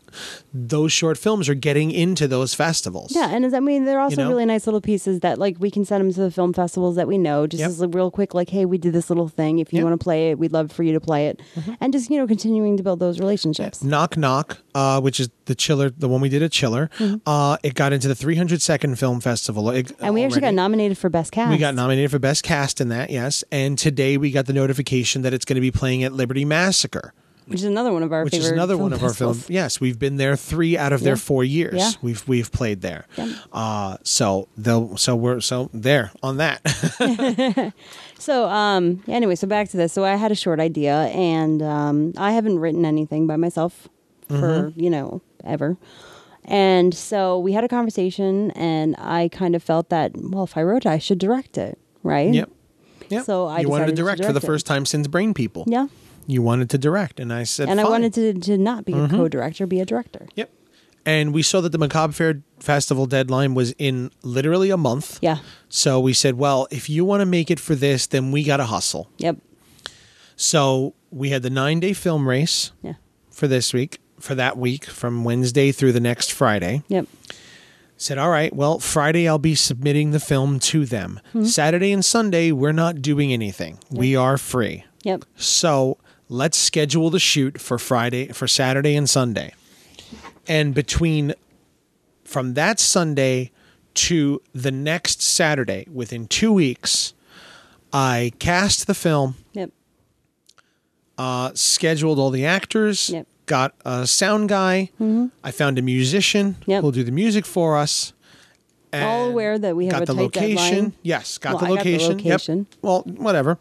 A: those short films are getting into those festivals.
B: Yeah, and as, I mean, they're also
A: know?
B: really nice little pieces that like we can send them to the film festivals that we know, just
A: Yep.
B: as a real quick, like, hey, we did this little thing. If you
A: Yep. Mm-hmm.
B: want to play it, we'd love for you to play it, and just you know, continuing to build those relationships.
A: Knock Knock, uh, which is the chiller, the one we did at Chiller. Uh, it got into the 302nd Film Festival. It-
B: Mm-hmm. And we actually got
A: already.
B: nominated for best cast.
A: We got nominated for Best Cast in that, yes. And today we got the notification that it's going to be playing at Liberty Massacre,
B: which is another one of our
A: which
B: favorite
A: is another
B: film
A: one of our
B: festivals.
A: films. Yes, we've been there three out of
B: Yeah.
A: their four years.
B: Yeah.
A: We've we've played there.
B: Yeah.
A: Uh, so they'll so we're so there on that.
B: So, um, anyway, so back to this. So I had a short idea, and um, I haven't written anything by myself for
A: Mm-hmm.
B: you know ever. And so we had a conversation, and I kind of felt that well, if I wrote it, I should direct it, right?
A: yep. Yep.
B: Mm-hmm. So I
A: you wanted to
B: decided to
A: direct, for the
B: direct it.
A: first time since Brain People.
B: Yeah.
A: You wanted to direct, and I said,
B: And I
A: "Fine." Mm-hmm.
B: wanted to, to not be a co-director, be a director.
A: Yep. And we saw that the Macabre Fair Festival deadline was in literally a month.
B: Yeah.
A: So we said, well, if you want to make it for this, then we got to hustle.
B: Yep.
A: So we had the nine day film race
B: Yeah.
A: for this week, for that week, from Wednesday through the next Friday.
B: Yep.
A: Said, all right, well, Friday I'll be submitting the film to them. Saturday and Sunday, we're not doing anything. We are free.
B: Yep.
A: So let's schedule the shoot for Friday, for Saturday and Sunday. And between from that Sunday to the next Saturday, within two weeks, I cast the film,
B: Yep.
A: uh, scheduled all the actors,
B: Yep. Mm-hmm.
A: got a sound guy. I found a musician
B: Yep.
A: who'll do the music for us.
B: All
A: and
B: aware that we have
A: got
B: a
A: the
B: tight
A: location.
B: deadline.
A: Yes, got
B: Well,
A: the
B: I got the
A: location. Yep.
B: location.
A: Well, whatever.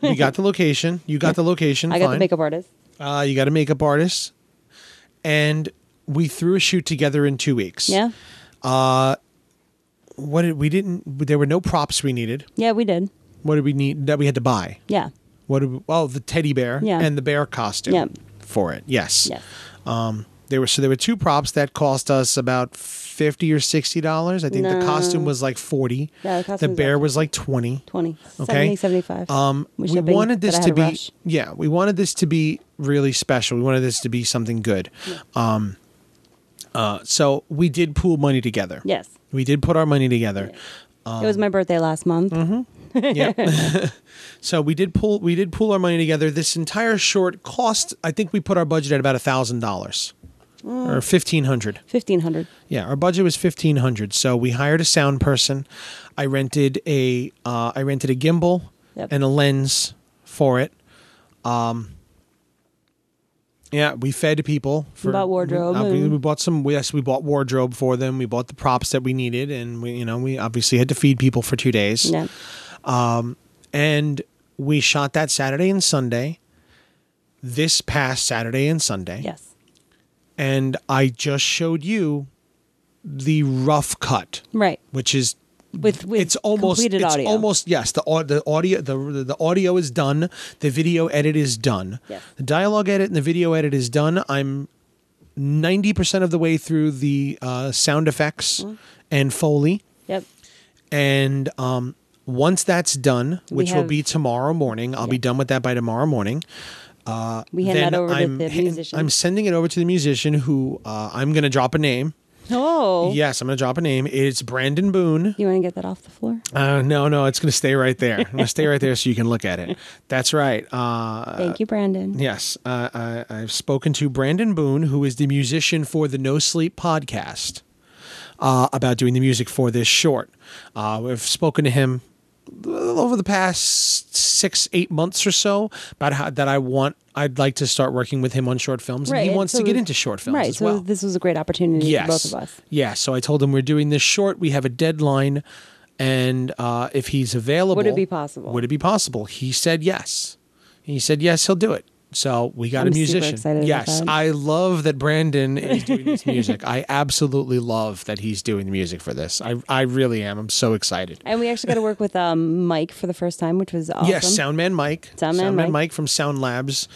A: we got the location. You got the location.
B: I got the
A: Fine.
B: makeup artist.
A: Uh, you got a makeup artist, and we threw a shoot together in two weeks.
B: Yeah.
A: What did we didn't? There were no props we needed.
B: Yeah, we did.
A: What did we need that we had to buy?
B: Yeah.
A: What? Did we, well, the teddy bear
B: Yeah.
A: and the bear costume
B: Yeah.
A: for it. Yes.
B: Yeah.
A: There were so there were two props that cost us about fifty or sixty dollars. I think the
B: No.
A: costume was like forty.
B: Yeah, the costume was
A: bear
B: like-
A: was like twenty.
B: 20,
A: Okay.
B: 70, 75.
A: Um,
B: Wish
A: we
B: I'd been-
A: wanted
B: but I
A: this
B: had
A: to
B: a
A: be
B: rush.
A: yeah, we wanted this to be really special. We wanted this to be something good. Um, uh, so we did pool money together.
B: Yes.
A: we did put our money together.
B: it
A: Um,
B: was my birthday last month.
A: mm-hmm. Yep. so we did pull we did pool our money together. This entire short cost. I think we put our budget at about a thousand dollars.
B: Mm.
A: or 1500
B: 1500
A: yeah, our budget was fifteen hundred, so we hired a sound person. I rented a uh, I rented a gimbal
B: Yep.
A: and a lens for it. Um, yeah, we fed people for
B: Bought wardrobe
A: We, uh, we,
B: and-
A: we bought some. Yes, we bought wardrobe for them. We bought the props that we needed, and we you know we obviously had to feed people for two days
B: yeah
A: and we shot that Saturday and Sunday. This past Saturday and Sunday,
B: yes
A: and I just showed you the rough cut,
B: right
A: which is
B: with with
A: it's almost
B: completed
A: it's
B: audio
A: almost yes the au- the audio the the audio is done, the video edit is done,
B: Yes.
A: the dialogue edit and the video edit is done. I'm ninety percent of the way through the uh, sound effects
B: Mm-hmm.
A: and foley
B: yep
A: and um, once that's done,
B: We
A: which will
B: have-
A: be tomorrow morning, I'll be
B: Yeah.
A: done with that by tomorrow morning.
B: we hand that over
A: I'm
B: to the
A: hand-
B: musician
A: I'm sending it over to the musician who uh, I'm going to drop a name.
B: oh
A: Yes, I'm going to drop a name. It's Brandon Boone.
B: you want to get that off the floor
A: Uh, no, no, it's going to stay right there. I'm going to stay right there so you can look at it. That's right. Uh,
B: thank you brandon
A: yes, uh, I, I've spoken to Brandon Boone, who is the musician for the No Sleep podcast, uh, about doing the music for this short. Uh, we've spoken to him over the past six, eight months or so about how that I want, I'd like to start working with him on short films, and he
B: and
A: wants
B: so-
A: to get into short films
B: right
A: as
B: so
A: well.
B: this was a great opportunity
A: yes,
B: for both of us
A: yeah. So I told him we're doing this short. We have a deadline, and uh, if he's available,
B: Would it be possible?
A: Would it be possible? He said yes. He said yes. He'll do it. So we got a
B: I'm super
A: musician.
B: excited about
A: yes,
B: that.
A: I love that Brandon is doing this music. I absolutely love that he's doing the music for this. I I really am. I'm so excited.
B: and we actually got to work with um mike for the first time which was awesome
A: Yes, Soundman Mike.
B: Soundman Mike.
A: from Sound Labs.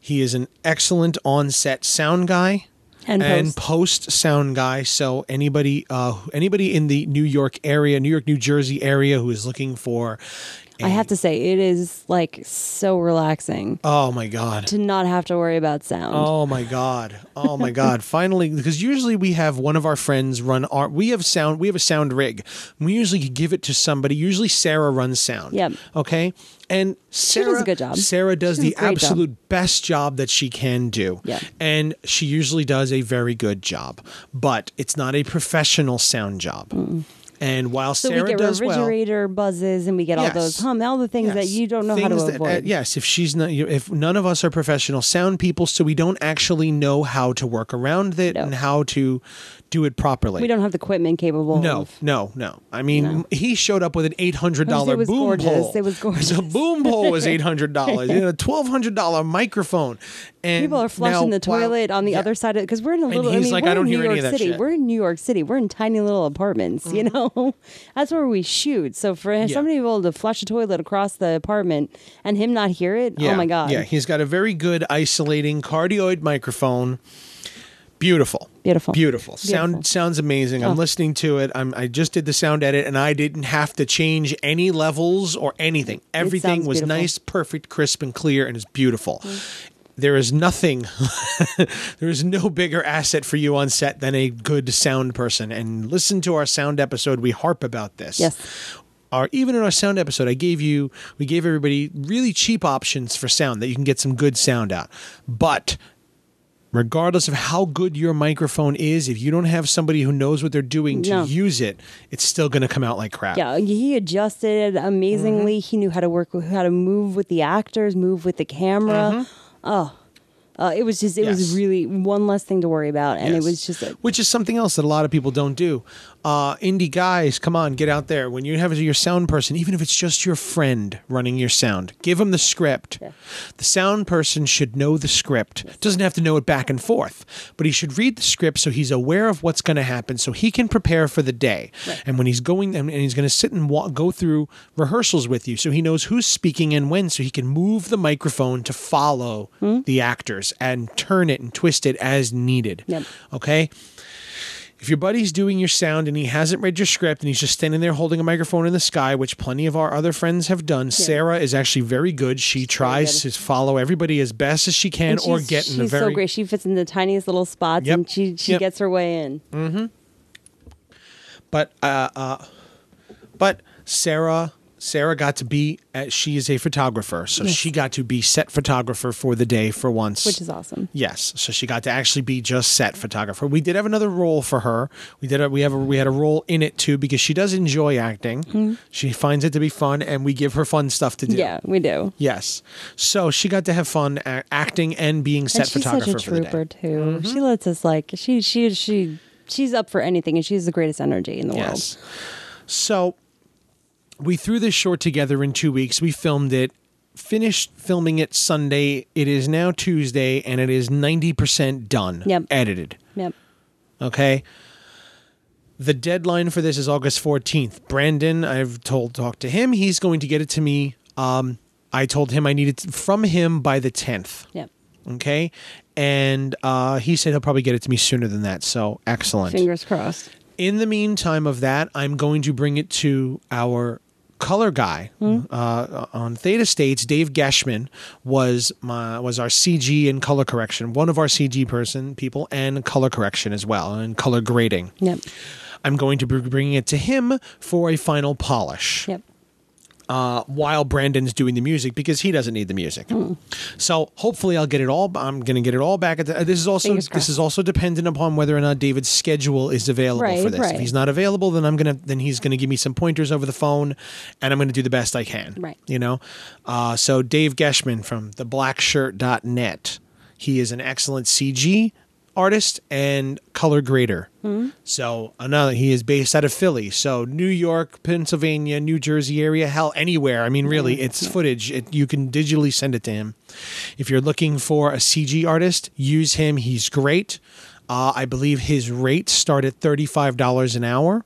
A: He is an excellent on-set sound guy
B: And
A: post. sound guy. So anybody, uh, anybody in the New York area, New York, New Jersey area, who is looking for, a-
B: I have to say, it is like so relaxing
A: oh my god,
B: to not have to worry about sound.
A: oh my god, oh my god, finally, because usually we have one of our friends run our, we have sound, we have a sound rig. We usually give it to somebody. Usually Sarah runs sound.
B: Yep.
A: Okay. And Sarah
B: does a good job.
A: Sarah does
B: She does
A: the
B: a great job.
A: absolute best job that she can do.
B: Yeah.
A: And she usually does a very good job, but it's not a professional sound job. And while
B: so
A: Sarah
B: we get
A: does well,
B: refrigerator buzzes and we get all those
A: Yes.
B: hum, all the things that
A: Yes.
B: you don't know how to
A: Things that- uh,
B: avoid.
A: yes, if she's not, you- if none of us are professional sound people, so we don't actually know how to work around it
B: No.
A: and how to do it properly.
B: We don't have the equipment capable
A: No,
B: of.
A: no, no. I mean, he showed up with an eight hundred
B: It
A: dollar
B: was
A: boom
B: gorgeous.
A: pole.
B: It was gorgeous.
A: The boom pole was eight hundred dollars. You know, twelve hundred dollar microphone. And
B: People are flushing
A: now-
B: the toilet
A: while-
B: on the
A: Yeah.
B: other side of because we're in a little. I
A: he's
B: mean,
A: like,
B: we're
A: "I don't
B: in
A: hear
B: New York
A: any of that
B: City.
A: shit." Mm-hmm.
B: We're in New York City. We're in tiny little apartments. You know, that's where we shoot. So for somebody to be able to flush a toilet across the apartment and him not hear it,
A: Yeah,
B: oh my god,
A: Yeah, he's got a very good isolating cardioid microphone. Beautiful. Beautiful.
B: Beautiful. Beautiful.
A: Sound sounds amazing.
B: Oh.
A: I'm listening to it. I'm I just did the sound edit and I didn't have to change any levels or anything. Everything
B: sounds
A: was
B: beautiful. Mm.
A: nice, perfect, crisp and clear and it's beautiful. There is nothing there is no bigger asset for you on set than a good sound person. And listen to our sound episode. We harp about this
B: Yes.
A: our even in our sound episode, I gave you we gave everybody really cheap options for sound that you can get some good sound out. But regardless of how good your microphone is, if you don't have somebody who knows what they're doing to
B: No.
A: use it, it's still going to come out like crap.
B: Yeah, he adjusted amazingly.
A: Mm-hmm.
B: He knew how to work, with, how to move with the actors, move with the camera. Oh, uh, it was just, it
A: Mm-hmm. Yes.
B: was really one less thing to worry about, and
A: Yes.
B: it was just a,
A: which is something else that a lot of people don't do. Uh, indie guys, come on, get out there. When you have your sound person, even if it's just your friend running your sound, give them the script. The sound person should know the script. Doesn't have to know it back and forth, but he should read the script so he's aware of what's going to happen, so he can prepare for the day. And when he's going and and he's going to sit and wa- go through rehearsals with you, so he knows who's speaking and when, so he can move the microphone to follow the actors and turn it and twist it as needed.
B: Yep.
A: Okay. If your buddy's doing your sound and he hasn't read your script and he's just standing there holding a microphone in the sky, which plenty of our other friends have done, Sarah is actually very good. She tries to follow everybody as best as she can
B: and
A: or
B: she's-
A: get in a
B: she's
A: very
B: so great. She fits in the tiniest little spots,
A: Yep.
B: and she she
A: Yep. Mm-hmm.
B: gets her way in.
A: but uh, uh, but Sarah Sarah got to be, uh, she is a photographer. So
B: Yes.
A: she got to be set photographer for the day for once.
B: which is awesome.
A: Yes, so she got to actually be just set photographer. We did have another role for her. We did. A, we have. A, we had a role in it too because she does enjoy acting. She finds it to be fun, and we give her fun stuff to do.
B: Mm-hmm. Yeah, we do.
A: Yes. So she got to have fun a- acting and being set
B: and she's such
A: photographer
B: a
A: for the
B: trooper
A: day. Mm-hmm.
B: too. She lets us like she she she she's up for anything, and she's the greatest energy in the world.
A: Yes. So we threw this short together in two weeks. We filmed it, finished filming it Sunday. It is now Tuesday, and it is ninety percent done.
B: Yep.
A: Edited.
B: Yep.
A: Okay. The deadline for this is August 14th. Brandon, I've told talked to him. He's going to get it to me. Um, I told him I needed it from him by the 10th.
B: Yep.
A: Okay. And uh, he said he'll probably get it to me sooner than that. So excellent.
B: Fingers crossed.
A: In the meantime of that, I'm going to bring it to our color guy uh, on Theta States. Dave Gashman was my was our CG and color correction, one of our CG person people, and color correction as well, and color grading.
B: Yep.
A: I'm going to be bringing it to him for a final polish
B: Yep.
A: uh, while Brandon's doing the music because he doesn't need the music. So hopefully I'll get it all. I'm going to get it all back. At the, uh, this is also
B: Fingers
A: this
B: crossed.
A: is also dependent upon whether or not David's schedule is available for
B: Right,
A: this. If
B: right.
A: he's not available, then I'm gonna then he's going to give me some pointers over the phone, and I'm going to do the best I can.
B: Right.
A: You know. Uh, so Dave Geshman from theblackshirt.net. He is an excellent CG artist and color grader. So another he is based out of Philly. So New York, Pennsylvania, New Jersey area, hell anywhere. I mean really it's footage. It, you can digitally send it to him. If you're looking for a CG artist, use him. He's great. Uh, I believe his rates start at $35 an hour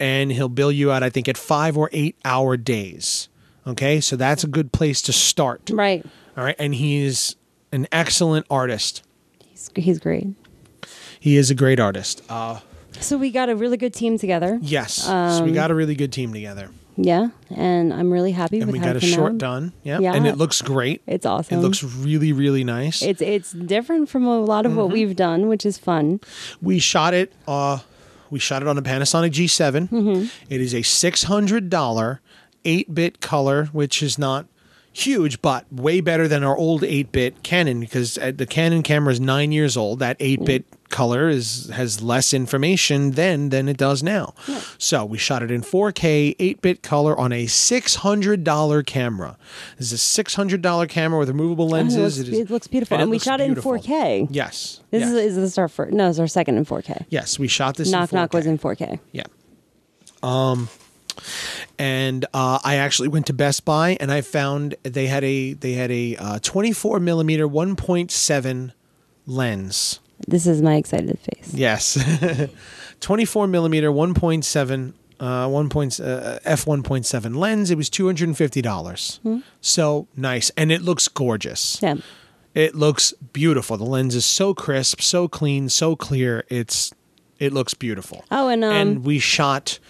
A: and he'll bill you out I think at 5 or 8 hour days. Okay? So that's a good place to start.
B: Right.
A: All right? And he is an excellent artist.
B: He's he's great.
A: He is a great artist. Uh,
B: So we got a really good team together.
A: yes. so we got a really good team together.
B: Yeah, and I'm really happy
A: and
B: with
A: we
B: how
A: got a
B: it came
A: short
B: out.
A: done. Yeah.
B: Yeah.
A: And it looks great.
B: It's
A: It
B: awesome.
A: looks really, really nice.
B: It's it's different from a lot of
A: Mm-hmm.
B: what we've done, which is fun.
A: we shot it. Uh, we shot it on a Panasonic G7.
B: Mm-hmm.
A: It is a six hundred dollar eight bit color, which is not huge, but way better than our old eight bit Canon because uh, the Canon camera is nine years old. That eight bit color is has less information then than it does now. So we shot it in 4K eight bit color on a six hundred dollar camera. This is a six hundred dollar camera with removable
B: And It
A: lenses.
B: looks,
A: is-
B: it looks beautiful,
A: and
B: and,
A: it
B: we
A: looks
B: shot
A: beautiful.
B: it in 4K.
A: Yes.
B: This
A: yes.
B: is is this our first? No, it's our second in 4K.
A: Yes, we shot this.
B: Knock
A: in 4K.
B: knock was in 4K.
A: Yeah. Um, and uh, I actually went to Best Buy and I found they had a they had a uh, 24 millimeter 1.7 lens.
B: This is my excited face.
A: Yes, 24 millimeter 1.7 uh, 1. point- uh, f 1.7 lens. It was 250 dollars. So nice, and it looks gorgeous.
B: Hmm. Yeah,
A: It looks beautiful. The lens is so crisp, so clean, so clear. It's it looks beautiful.
B: Oh, and, um,
A: and we shot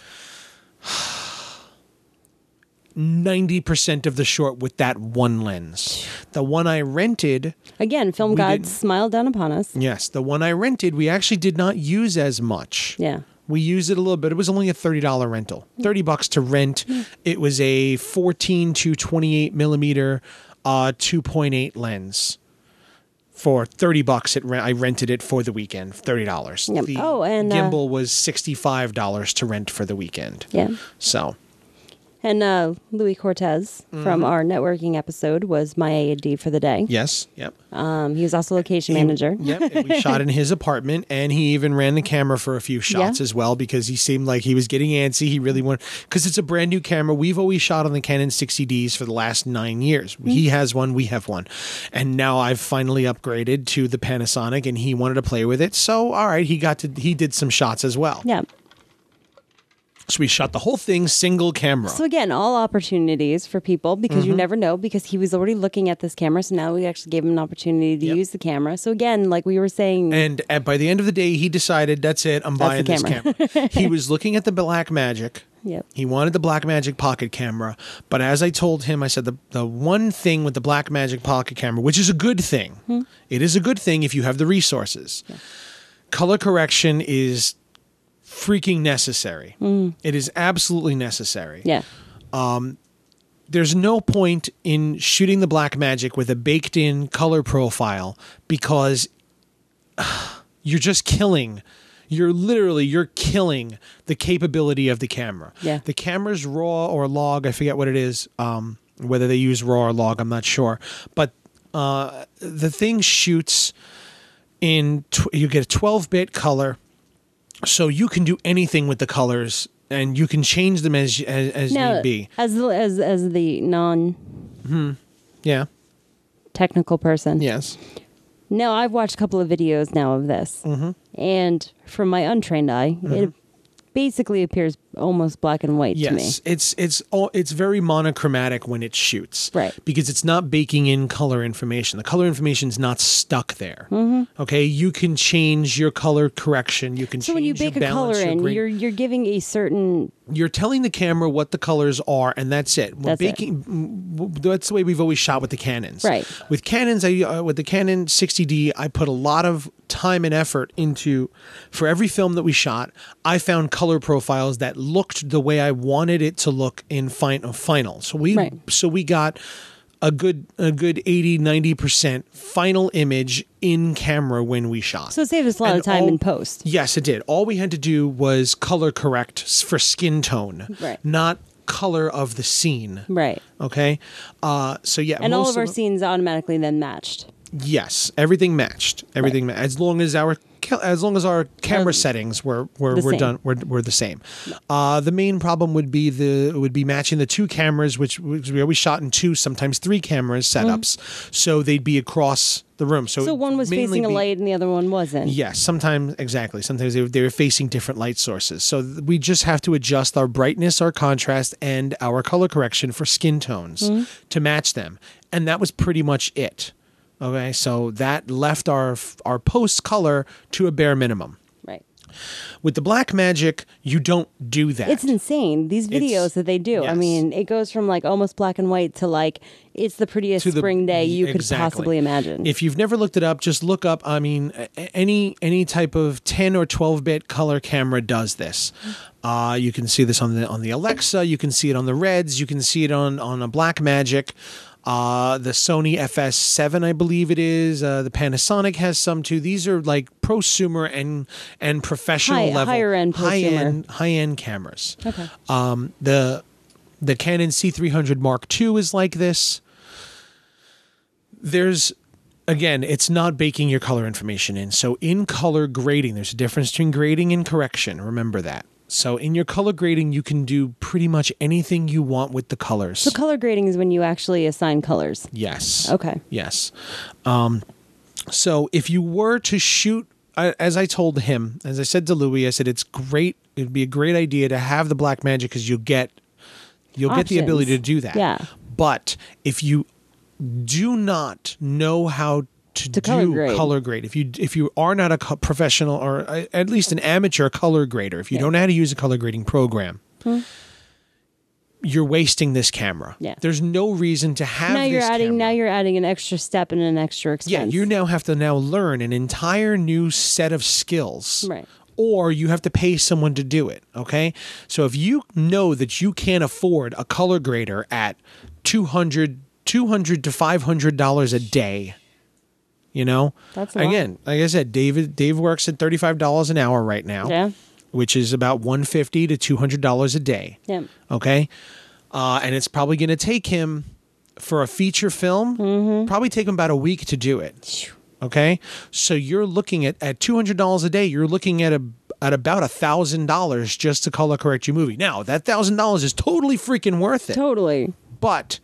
A: ninety percent of the short with that one lens. The one I rented,
B: again, film
A: We
B: gods
A: didn't-
B: smiled down upon us.
A: yes, the one I rented, we actually did not use as much.
B: Yeah, Mm.
A: We used it a little bit. It was only a thirty dollar rental, thirty bucks to rent. It was a fourteen to twenty eight millimeter, uh, two point eight lens. For thirty bucks, it rent. I rented it for the weekend, thirty dollars.
B: Yep.
A: The
B: Oh, and, uh,
A: gimbal was sixty five dollars to rent for the weekend.
B: yeah.
A: So
B: And uh, Louis Cortez
A: Mm-hmm.
B: from our networking episode was my AD for the day.
A: yes, yep,
B: Um, he was also location manager.
A: yep. and we shot in his apartment, and he even ran the camera for a few shots as well because he seemed like he was getting antsy. He really wanted because it's a brand new camera. We've always shot on the Canon 60ds for the last nine years.
B: Mm-hmm.
A: He has one, we have one, and now I've finally upgraded to the Panasonic, and he wanted to play with it. So all right, he got to he did some shots as well.
B: Yeah.
A: So we shot the whole thing single camera.
B: So again, all opportunities for people because
A: Mm-hmm.
B: you never know because he was already looking at this camera, so now we actually gave him an opportunity to
A: Yep.
B: use the camera. So again, like we were saying,
A: And at, by the end of the day, he decided, that's it, I'm buying
B: the
A: this camera.
B: camera."
A: he was looking at the Black Magic.
B: Yep.
A: He wanted the Black Magic pocket camera. But as I told him, I said, the, the one thing with the Black Magic pocket camera, which is a good thing, it is a good thing if you have the resources, color correction is freaking necessary. It is absolutely necessary
B: yeah,
A: there's no point in shooting the black magic with a baked in color profile because you're just killing you're literally you're killing the capability of the camera
B: Yeah.
A: the camera's raw or log i forget what it is um, whether they use raw or log i'm not sure but uh, the thing shoots in tw- you get a 12 bit color so you can do anything with the colors and you can change them as as, as
B: No,
A: need be
B: as the, as as the non
A: yeah
B: technical person.
A: yes
B: No, I've watched a couple of videos now of this,
A: Mm-hmm.
B: and from my untrained eye, it basically appears almost black and white to me.
A: Yes, it's it's all it's very monochromatic when it shoots,
B: Right.
A: Because it's not baking in color information. The color information's not stuck there. Okay, you can change your color correction. You can
B: Mm-hmm. So
A: change
B: when you bake
A: your
B: a
A: balance,
B: color
A: your
B: in,
A: green-
B: you're you're giving a certain
A: you're telling the camera what the colors are, and that's it. We're
B: That's it.
A: baking. mm, w- That's the way we've always shot with the Canons.
B: Right.
A: With Canons, I uh, with the Canon 60D, I put a lot of time and effort into. For every film that we shot, I found color profiles that looked the way I wanted it to look in fin- uh, final. So we
B: Right.
A: so we got a good a good 80 90% final image in camera when we shot.
B: so it saves us a lot
A: And
B: of time
A: all-
B: in post.
A: Yes, it did. All we had to do was color correct s- for skin tone,
B: Right.
A: not color of the scene.
B: Right.
A: Okay, uh, so yeah,
B: And all
A: most
B: of our
A: it-
B: scenes automatically then matched.
A: yes, everything matched. Everything ma- as long as our ca- as long as our camera
B: Um,
A: settings were were,
B: the
A: were
B: same.
A: done were, were the same. Uh, the main problem would be the would be matching the two cameras, which, which we always shot in two, sometimes three cameras setups, so they'd be across the room. So
B: Mm-hmm. So
A: it'd
B: one was
A: mainly
B: facing a
A: be-
B: light and the other one wasn't.
A: Yes, sometimes exactly. Sometimes they, they were facing different light sources, so th- we just have to adjust our brightness, our contrast, and our color correction for skin tones to match them, and that was pretty much it. Okay, so that left our f- our post color to a bare minimum.
B: Right.
A: With the black magic, you don't do that.
B: It's insane. These
A: It's-
B: videos that they do. I
A: yes.
B: mean, it goes from like almost black and white to like it's the prettiest
A: to the-
B: spring day you could
A: Exactly.
B: possibly imagine.
A: If you've never looked it up, just look up. I mean, a- a- any any type of ten or twelve bit color camera does this. Uh, you can see this on the on the Alexa. You can see it on the Reds. You can see it on on a Blackmagic. Uh, the Sony FS7, I believe it is. Uh, the Panasonic has some too. These are like prosumer and and professional
B: High-
A: level,
B: higher-end prosumer.
A: high end high end cameras.
B: okay.
A: Um, the the Canon C300 Mark II is like this. There's again, it's not baking your color information in. So in color grading, there's a difference between grading and correction. Remember that. So in your color grading, you can do pretty much anything you want with the colors.
B: So color grading is when you actually assign colors.
A: yes.
B: Okay.
A: Yes. Um, so if you were to shoot, I- as I told him, as I said to Louis, I said it's great. It'd be a great idea to have the black magic because you'll get you'll get the ability to
B: Options.
A: do that.
B: Yeah.
A: But if you do not know how to, do
B: color grade.
A: color grade, if you if you are not a co- professional or a- at least an amateur color grader, if you don't know how to use a color grading program. You're wasting this camera.
B: Hmm. Yeah.
A: There's no reason to have.
B: Now you're
A: this
B: adding
A: camera.
B: now you're adding an extra step and an extra
A: Yeah,
B: expense.
A: you now have to now learn an entire new set of skills.
B: Right.
A: Or you have to pay someone to do it. Okay. So if you know that you can't afford a color grader at 200, 200 to $500 a day, you know,
B: That's a lot.
A: again, like I said, David, Dave works at $35 an hour right now,
B: Yeah.
A: which is about 150 to $200 a day.
B: Yeah.
A: Okay. Uh, and it's probably going to take him for a feature film,
B: Mm-hmm.
A: probably take him about a week to do it.
B: Phew.
A: Okay. So you're looking at, at $200 a day, you're looking at a at about a thousand dollars just to color correct your movie. Now that thousand dollars is totally freaking worth it,
B: Totally.
A: but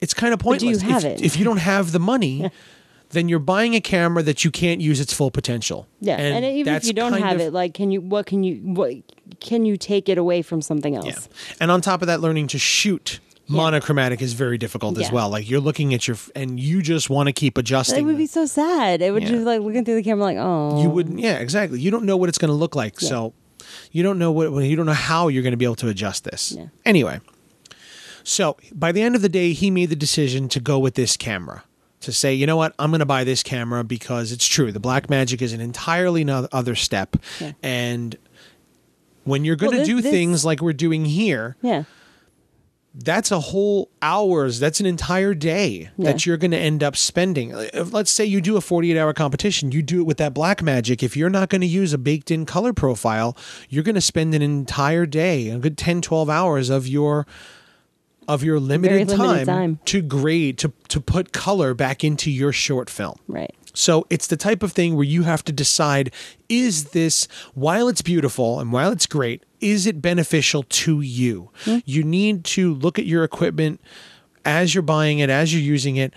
A: it's kind of
B: do you
A: pointless.
B: have
A: if,
B: it?
A: if you don't have the money, then you're buying a camera that you can't use its full potential.
B: Yeah. And, even if
A: that's
B: you don't
A: kind
B: have
A: of-
B: it, like can you what can you what can you take it away from something else?
A: Yeah. And on top of that, learning to shoot monochromatic is very difficult as
B: Yeah.
A: well. Like you're looking at your, f- and you just want to keep
B: It
A: adjusting.
B: would be so sad. It would
A: Yeah.
B: just like looking through the camera, like, oh,
A: you wouldn't, yeah, exactly. You don't know what it's going to look like. So you don't know what, well, you don't know how you're going to be able to adjust this.
B: Yeah.
A: Anyway. So by the end of the day, he made the decision to go with this camera. To say, you know what, I'm going to buy this camera because it's true. The Black Magic is an entirely no- other step,
B: Yeah.
A: and when you're going
B: Well,
A: to
B: thi-
A: do
B: this-
A: things like we're doing here,
B: yeah,
A: that's a whole hours that's an entire day that
B: Yeah.
A: you're going to end up spending Uh, if- let's say you do a 48 hour competition you do it with that black magic if you're not going to use a baked in color profile you're going to spend an entire day a good 10 12 hours of your of your limited,
B: limited time.
A: to grade to to put color back into your short film
B: Right.
A: so it's the type of thing where you have to decide is this, while it's beautiful and while it's great, is it beneficial to you?
B: Hmm.
A: You need to look at your equipment as you're buying it, as you're using it.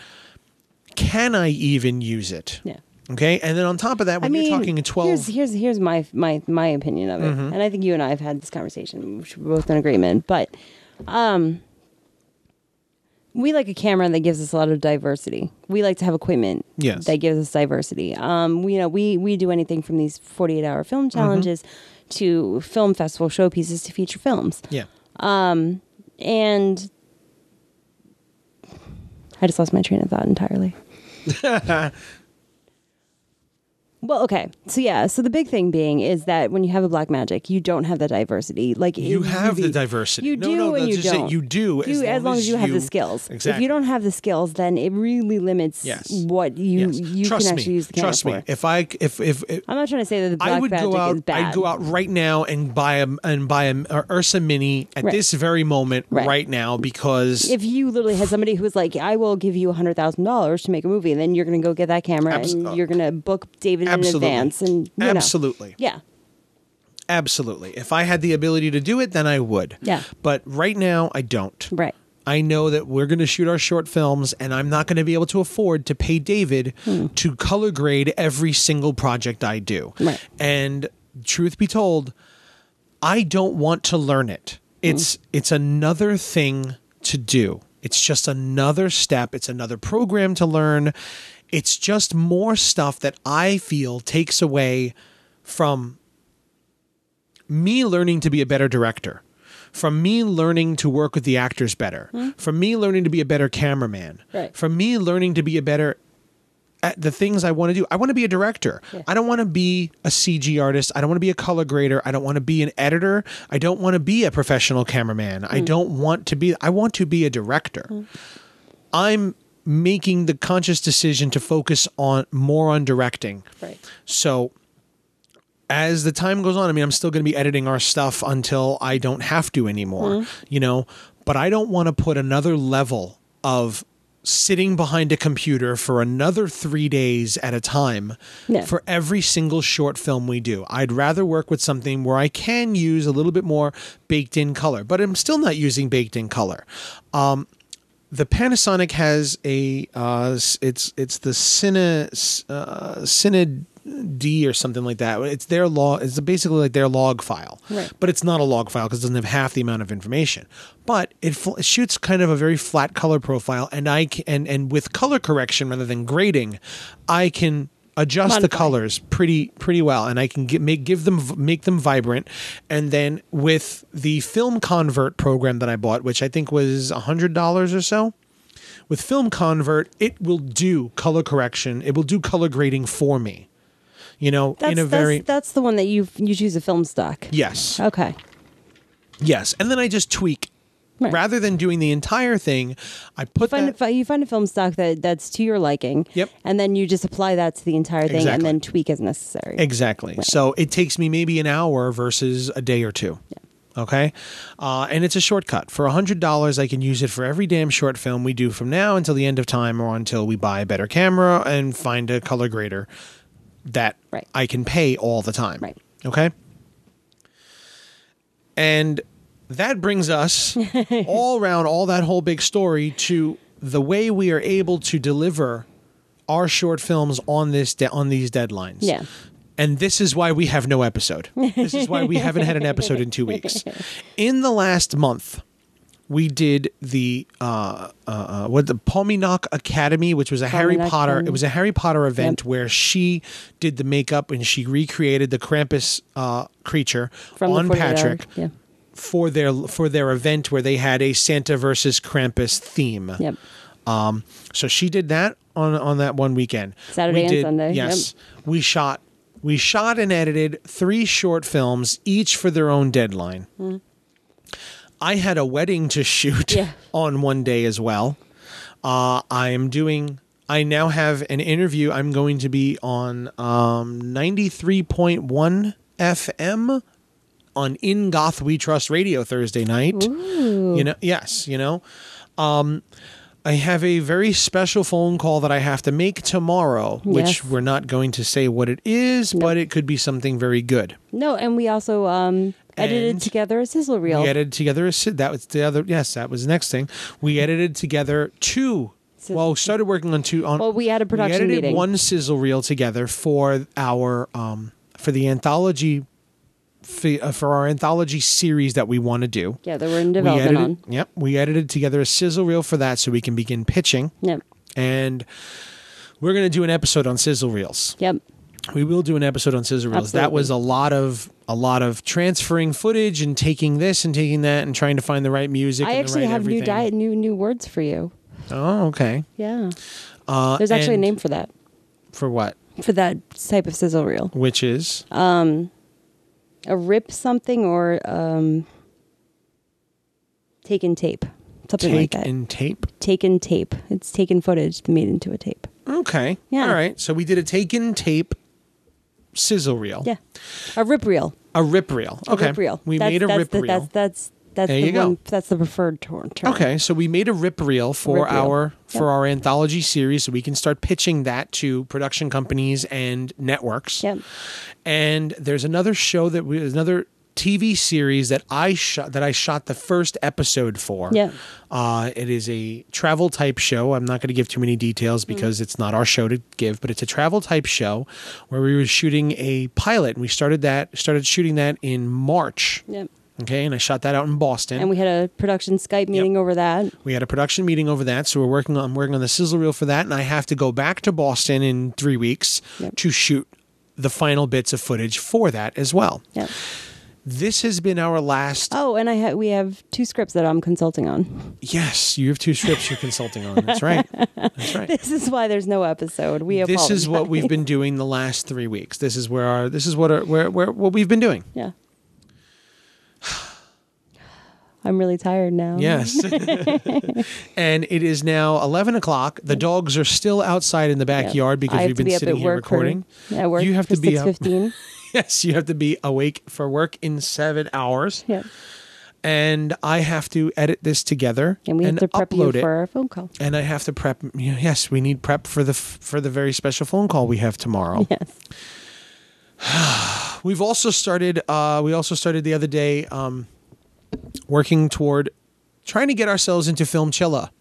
A: Can I even use it?
B: Yeah.
A: Okay. And then on top of that, when
B: I mean,
A: you're talking Mm-hmm. a 12,
B: Here's here's here's my my my opinion of it, and I think you and I have had this conversation, which we're both in agreement. But, um, we like a camera that gives us a lot of diversity. We like to have equipment
A: Yes.
B: that gives us diversity. Um, we, you know, we we do anything from these forty eight hour film
A: Mm-hmm.
B: challenges to film festival showpieces to feature films,
A: yeah.
B: and I just lost my train of thought entirely. Well, okay. So yeah, so the big thing being is that when you have a black magic, you don't have the diversity. Like
A: You
B: it-
A: have the
B: you-
A: diversity.
B: You
A: No,
B: do
A: no,
B: and
A: that's
B: you
A: just it.
B: don't.
A: You do as long as
B: you, have
A: you-
B: the skills. If
A: Exactly.
B: you don't have the skills, then it really limits
A: Yes.
B: what you
A: yes.
B: you
A: Trust
B: can
A: me.
B: actually use the camera
A: Trust me.
B: for.
A: If I, if, if, if
B: I'm not trying to say that the black
A: I would
B: magic
A: go out.
B: is bad.
A: I'd go out right now and buy a and buy a, a Ursa Mini at
B: Right.
A: this very moment, right,
B: Right.
A: now, because
B: If you literally had somebody who was like, "I will give you hundred thousand dollars to make a movie," and then you're going to go get that camera
A: Abs- uh,
B: and you're going to book David
A: absolutely,
B: in advance, and you know.
A: absolutely,
B: yeah,
A: absolutely. If I had the ability to do it, then I would.
B: Yeah.
A: But right now, I don't.
B: right.
A: I know that we're going to shoot our short films, and I'm not going to be able to afford to pay David
B: Hmm.
A: to color grade every single project I do.
B: Right.
A: And truth be told, I don't want to learn it.
B: Hmm.
A: It's it's another thing to do. It's just another step. It's another program to learn. It's just more stuff that I feel takes away from me learning to be a better director, from me learning to work with the actors better, from me learning to be a better cameraman,
B: Right.
A: from me learning to be a better at the things I want to do. I want to be a director. I don't want to be a CG artist. I don't want to be a color grader. I don't want to be an editor. I don't want to be a professional cameraman. I don't want to be I want to be a director. I'm making the conscious decision to focus on more on directing.
B: Right.
A: So as the time goes on, I mean, I'm still going to be editing our stuff until I don't have to anymore, you know, but I don't want to put another level of sitting behind a computer for another 3 days at a time
B: No.
A: for every single short film we do. I'd rather work with something where I can use a little bit more baked in color, but I'm still not using baked in color the Panasonic has a uh, s- it's it's the Cine s- uh, Cine D or something like that. It's their log. It's basically like their log file,
B: Right.
A: but it's not a log file because it doesn't have half the amount of information. But it, fl- it shoots kind of a very flat color profile, and I can, and and with color correction rather than grading, I can adjust the
B: Modify.
A: colors pretty pretty well, and I can get, make give them make them vibrant. And then with the Film Convert program that I bought, which I think was hundred dollars or so, with Film Convert, it will do color correction. It will do color grading for me. You know,
B: That's,
A: in a very
B: that's, that's the one that you you choose a film stock.
A: yes,
B: Okay.
A: yes, and then I just tweak.
B: Right.
A: Rather than doing the entire thing, I put
B: find
A: that,
B: fi- you find a film stock that that's to your liking.
A: Yep.
B: And then you just apply that to the entire thing
A: Exactly.
B: and then tweak as necessary.
A: Exactly. So it takes me maybe an hour versus a day or two. Okay. Uh, and it's a shortcut. For $100, I can use it for every damn short film we do from now until the end of time or until we buy a better camera and find a color grader that
B: Right.
A: I can pay all the time.
B: Right.
A: Okay. And that brings us all around all that whole big story to the way we are able to deliver our short films on this de- on these deadlines.
B: Yeah.
A: And this is why we have no episode. This is why we haven't had an episode in 2 weeks. In the last month, we did the uh, uh, uh, what the Palminock Academy, which was a Harry
B: Palminock
A: Potter.
B: Academy.
A: It was a Harry Potter event where she did the makeup and she recreated the Krampus uh, creature
B: From the
A: on
B: 48 hour-
A: Patrick
B: Yeah.
A: for their for their event where they had a Santa versus Krampus theme.
B: Yep.
A: Um, so she did that on on that one weekend.
B: Saturday
A: We
B: and
A: did-
B: Sunday,
A: Yes, we shot we shot and edited three short films, each for their own deadline. I had a wedding to shoot
B: Mm. Yeah.
A: on one day as well. Uh, I am doing. I now have an interview. I'm going to be on um, 93.1 FM on In Goth We Trust Radio Thursday night. You know, yes, you know. Um, I have a very special phone call that I have to make tomorrow,
B: Yes.
A: which we're not going to say what it is, but it could be something very good.
B: No, and we also um, edited
A: And-
B: together a sizzle reel.
A: We edited together a si- that was the other yes that was the next thing we edited together two.
B: Sis-
A: Well, we started working on two on.
B: Well, we had a production
A: edited
B: meeting.
A: one sizzle reel together for our um for the anthology fi- uh, for our anthology series that we want to do.
B: yeah, that we're in
A: we
B: development
A: edited,
B: on.
A: Yep, we edited together a sizzle reel for that so we can begin pitching
B: Yep.
A: and. We're going to do an episode on sizzle reels
B: Yep.
A: we will do an episode on scissor reels that
B: Absolutely.
A: was a lot of a lot of transferring footage and taking this and taking that and trying to find the right music
B: I
A: and
B: actually
A: the right
B: have
A: everything.
B: new diet, new new words for you.
A: oh okay
B: Yeah.
A: uh,
B: There's actually
A: and
B: a name for that.
A: for what
B: For that type of sizzle reel.
A: which is
B: A rip something or um taken tape. Something
A: take
B: like that.
A: and tape
B: taken tape. It's taken footage made into a tape.
A: okay
B: Yeah.
A: all right so we did a take and tape sizzle reel
B: Yeah. A rip reel.
A: a rip reel
B: A
A: Oh. okay
B: rip reel.
A: we
B: That's-
A: made a
B: that's
A: rip
B: the,
A: reel
B: That's that's that's
A: There
B: the
A: you go.
B: one that's the preferred term. term.
A: Okay, so we made a rip reel for
B: Rip reel.
A: our for our anthology series, so we can start pitching that to production companies and networks.
B: Yep.
A: And there's another show that we another TV series that I shot that I shot the first episode for.
B: Yep.
A: Uh, it is a travel type show. I'm not going to give too many details
B: Mm.
A: because it's not our show to give, but it's a travel type show where we were shooting a pilot, and we started that started shooting that in March.
B: Yep.
A: Okay, and I shot that out in Boston.
B: And we had a production Skype meeting over that.
A: We had a production meeting over that, so we're working on working on the sizzle reel for that, and I have to go back to Boston in three weeks
B: Yep.
A: to shoot the final bits of footage for that as well.
B: Yep.
A: This has been our last.
B: Oh, and I ha- we have two scripts that I'm consulting on.
A: Yes, you have two scripts you're consulting on. That's right. That's right.
B: This is why there's no episode. We
A: This is what
B: apologize.
A: we've been doing the last three weeks. This is where our. This is what our, where where what we've been doing.
B: Yeah. I'm really tired now.
A: Yes. and it is now 11 o'clock. The dogs are still outside in the
B: Yeah.
A: backyard
B: I
A: because
B: have
A: we've
B: to
A: been
B: be up
A: sitting
B: at
A: here
B: work for-
A: recording.
B: at work
A: you have
B: for
A: to be up.
B: 6:15.
A: Yes, you have to be awake for work in seven hours,
B: yeah.
A: and I have to edit this together
B: And we have to prep you
A: upload it.
B: for our phone call.
A: and I have to prep. Yes, we need prep for the for the very special phone call we have tomorrow.
B: Yes.
A: We've also started. Uh, we also started the other day, um, working toward trying to get ourselves into Film Chilla.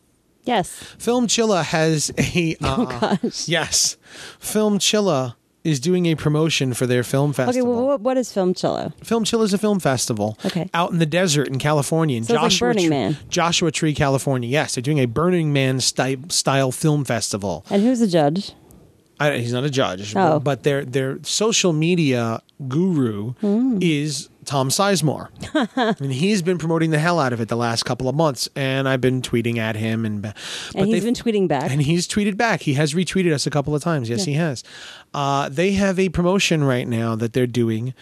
B: Yes.
A: Film Chilla has a. Uh,
B: Oh gosh.
A: Yes, Film Chilla is doing a promotion for their film
B: Okay,
A: festival.
B: well, what, what is Film Cello?
A: Film Chill is a film festival.
B: Okay.
A: Out in the desert in California, in
B: So it's like
A: Joshua
B: Burning
A: Tree,
B: Man.
A: Joshua Tree, California. Yes, they're doing a Burning Man sty- style film festival.
B: And who's the judge?
A: I, he's not a judge,
B: Oh.
A: but their their social media guru
B: Hmm.
A: is Tom Sizemore, and he's been promoting the hell out of it the last couple of months. And I've been tweeting at him, and but
B: And he's
A: they've-
B: been tweeting back.
A: and he's tweeted back. He has retweeted us a couple of times. Yes, he has. Uh, they have a promotion right now that they're doing.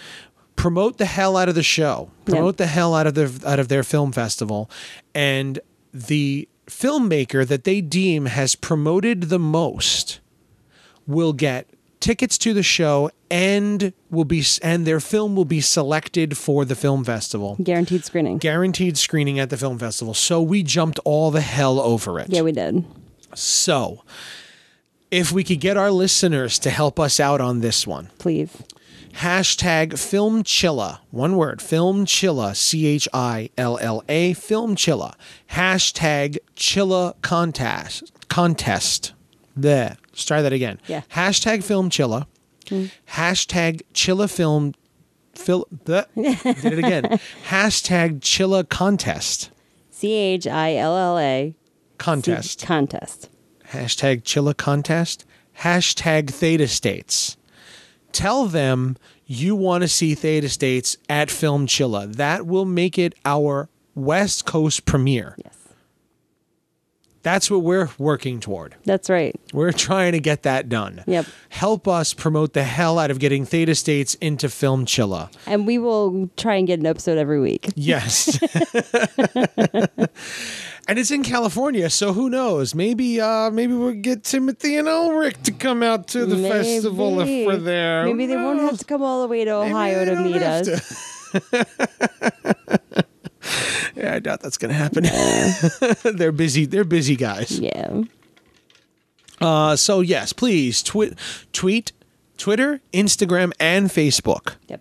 A: Promote the hell out of the show.
B: Yeah.
A: Promote the hell out of their out of their film festival, and the filmmaker that they deem has promoted the most will get tickets to the show and will be and their film will be selected for the film festival.
B: Guaranteed screening.
A: Guaranteed screening at the film festival. So we jumped all the hell over it.
B: yeah, we did.
A: So, if we could get our listeners to help us out on this one,
B: Please.
A: hashtag filmchilla, one word, filmchilla, C H I L L A, filmchilla, hashtag chilla contest, contest. There. Let's try that again.
B: Yeah.
A: Hashtag filmchilla, hashtag chilla film, fil, bleh. did it again. hashtag chilla contest,
B: C H I L L A
A: contest.
B: contest.
A: hashtag Chilla Contest, hashtag Theta States. Tell them you want to see Theta States at Film Chilla. That will make it our West Coast premiere.
B: Yes.
A: That's what we're working toward.
B: That's right.
A: We're trying to get that done.
B: Yep.
A: Help us promote the hell out of getting Theta States into Film Chilla.
B: And we will try and get an episode every week.
A: Yes. and it's in California, so who knows? Maybe uh maybe we'll get Timothy and Ulrich to come out to the festival if we're there.
B: Maybe they won't have to come all the way to Ohio
A: they
B: to
A: don't
B: meet
A: have
B: us.
A: to. Yeah, I doubt that's gonna happen. they're busy they're busy guys.
B: Yeah.
A: Uh so yes, please twi- tweet Twitter, Instagram, and Facebook.
B: Yep.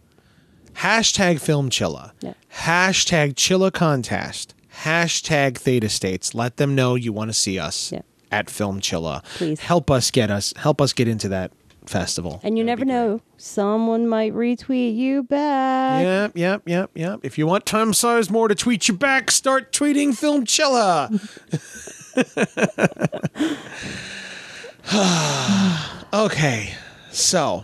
A: Hashtag film chilla.
B: Yep.
A: Hashtag chilla contest. Hashtag theta states. Let them know you want to see us
B: Yep.
A: at film chilla.
B: Please.
A: help us get us. Help us get into that festival.
B: And you
A: That'd
B: never
A: be great.
B: know, someone might retweet you back.
A: Yep, yep, yep, yep. If you want Tom Sizemore to tweet you back, start tweeting film chilla. okay, so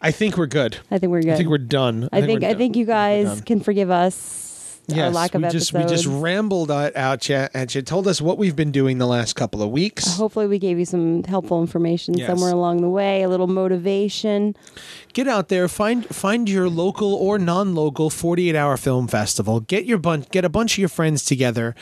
A: I think we're good.
B: I think we're good.
A: I think we're done.
B: I think,
A: we're
B: I
A: done.
B: think you guys can forgive us our
A: Yes,
B: lack of
A: we
B: episodes.
A: just we just rambled out, out ya- at you. Told us what we've been doing the last couple of weeks.
B: Hopefully, we gave you some helpful information
A: Yes.
B: somewhere along the way, a little motivation.
A: Get out there, find find your local or non-local 48-hour film festival. Get your bunch, get a bunch of your friends together,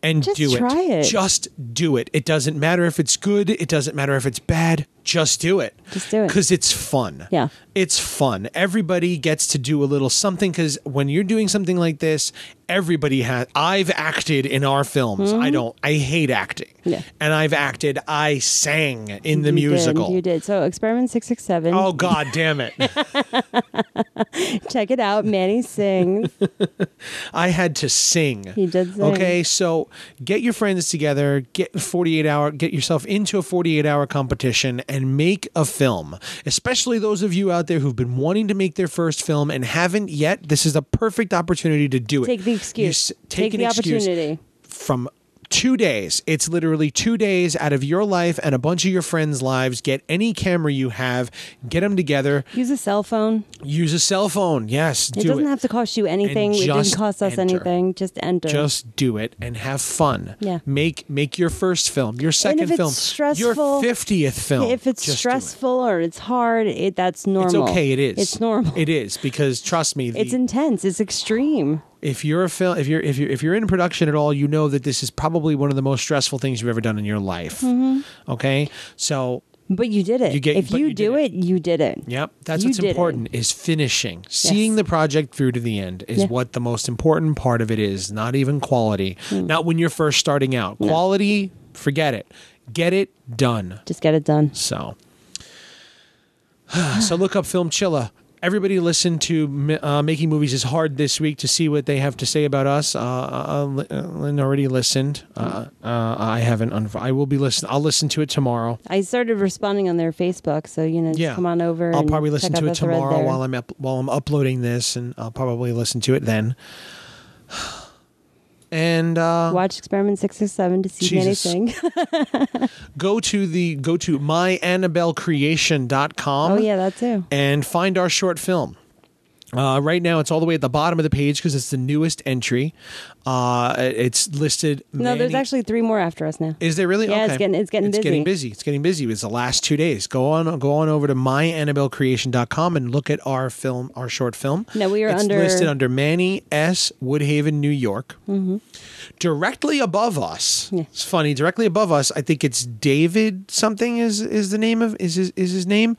A: and
B: Just
A: do
B: try it.
A: Just do it. It doesn't matter if it's good. It doesn't matter if it's bad. Just do it.
B: Just do it.
A: because it's fun.
B: Yeah.
A: it's fun. Everybody gets to do a little something because when you're doing something like this, everybody has. I've acted in our films. I don't. I hate acting.
B: Mm-hmm. Yeah.
A: and I've acted. I sang in the
B: You did,
A: musical.
B: you did. So, Experiment 667.
A: Oh God, damn it!
B: Check it out. Manny sings.
A: I had to sing.
B: He did sing.
A: Okay, so get your friends together, get 48 hour, get yourself into a 48 hour competition and make a film. Especially those of you out there who've been wanting to make their first film and haven't yet, this is a perfect opportunity to do it.
B: Take the
A: You
B: excuse.
A: s- take,
B: Take
A: an
B: the
A: excuse
B: opportunity.
A: From Two days. It's literally two days out of your life and a bunch of your friends' lives. Get any camera you have, get them together.
B: Use a cell phone.
A: Use a cell phone. Yes,
B: It
A: do
B: doesn't
A: it.
B: have to cost you anything. It
A: just
B: didn't cost us
A: enter.
B: anything. Just enter.
A: just do it and have fun.
B: Yeah.
A: Make make your first film, your second
B: if it's
A: film, your
B: stressful-
A: fiftieth film.
B: if it's
A: Just do it.
B: stressful or it's hard, it, that's
A: it's
B: normal.
A: okay. It is.
B: It's normal.
A: It is because trust me, the,
B: it's intense. It's extreme.
A: if you're a film, if you're if you are if you're in production at all, you know that this is probably one of the most stressful things you've ever done in your life.
B: Mm-hmm.
A: Okay, so
B: But you did it.
A: You get-
B: if
A: but
B: you,
A: you did
B: do
A: it.
B: it, you did it.
A: Yep, that's
B: You
A: what's
B: did it.
A: important is finishing. Seeing the project through to the end is
B: Yeah.
A: what the most important part of it is, not even quality.
B: Mm.
A: Not when you're first starting out. Quality, forget it. Get it done.
B: Just get it done.
A: So, so look up Film Chilla. Everybody listen to uh, Making Movies is Hard this week to see what they have to say about us. Uh, uh, Lynn- uh, Lynn already listened. Uh, uh, I haven't. Un- I will be listening. I'll listen to it tomorrow.
B: I started responding on their Facebook, so you know, just
A: Yeah,
B: come on over.
A: I'll
B: and
A: probably
B: check
A: listen
B: out
A: to
B: the
A: it
B: thread
A: tomorrow
B: there.
A: while I'm up, while I'm uploading this, and I'll probably listen to it then. And uh,
B: watch Experiment Six Six Seven to see
A: Jesus.
B: anything.
A: go to the go to myannabellecreation.com.
B: oh yeah, that too.
A: and find our short film. Uh, right now, it's all the way at the bottom of the page because it's the newest entry. Uh, it's listed.
B: No, there's
A: Manny-
B: actually three more after us now.
A: Is there really?
B: Yeah, it's
A: Okay.
B: getting- it's getting
A: it's getting
B: busy.
A: busy. It's getting busy. It's the last two days. Go on, go on over to myannabellecreation.com and look at our film, our short film.
B: No, we are
A: It's
B: under-
A: listed under Manny S. Woodhaven, New York. Directly above us.
B: Mm-hmm. Yeah.
A: It's funny. Directly above us, I think it's David something is is the name of is his, is his name.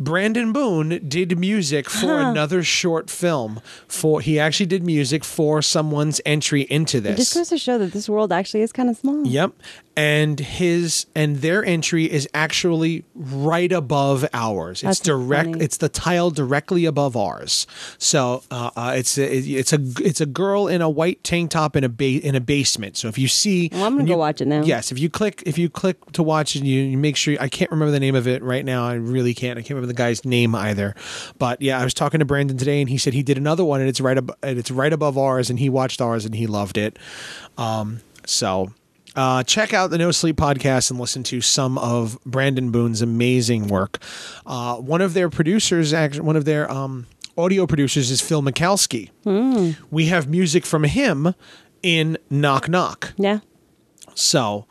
A: Brandon Boone did music for another short film. For he actually did music for someone's entry into this.
B: Just goes to show that this world actually is kind of small.
A: Yep. And his and their entry is actually right above ours.
B: That's
A: it's direct.
B: funny.
A: It's the tile directly above ours. So uh, uh, it's a, it's a it's a girl in a white tank top in a ba- in a basement. So if you see,
B: Well, I'm gonna
A: when
B: go
A: you-
B: watch it now.
A: Yes, if you click if you click to watch it, you, you make sure I can't remember the name of it right now. I really can't. I can't remember the guy's name either. But yeah, I was talking to Brandon today, and he said he did another one, and it's right ab- and it's right above ours, and he watched ours, and he loved it. Um, so. Uh, check out the No Sleep podcast and listen to some of Brandon Boone's amazing work. Uh, one of their producers, actually, one of their um, audio producers, is Phil Mikowski. We have music from him in Knock Knock.
B: Yeah.
A: So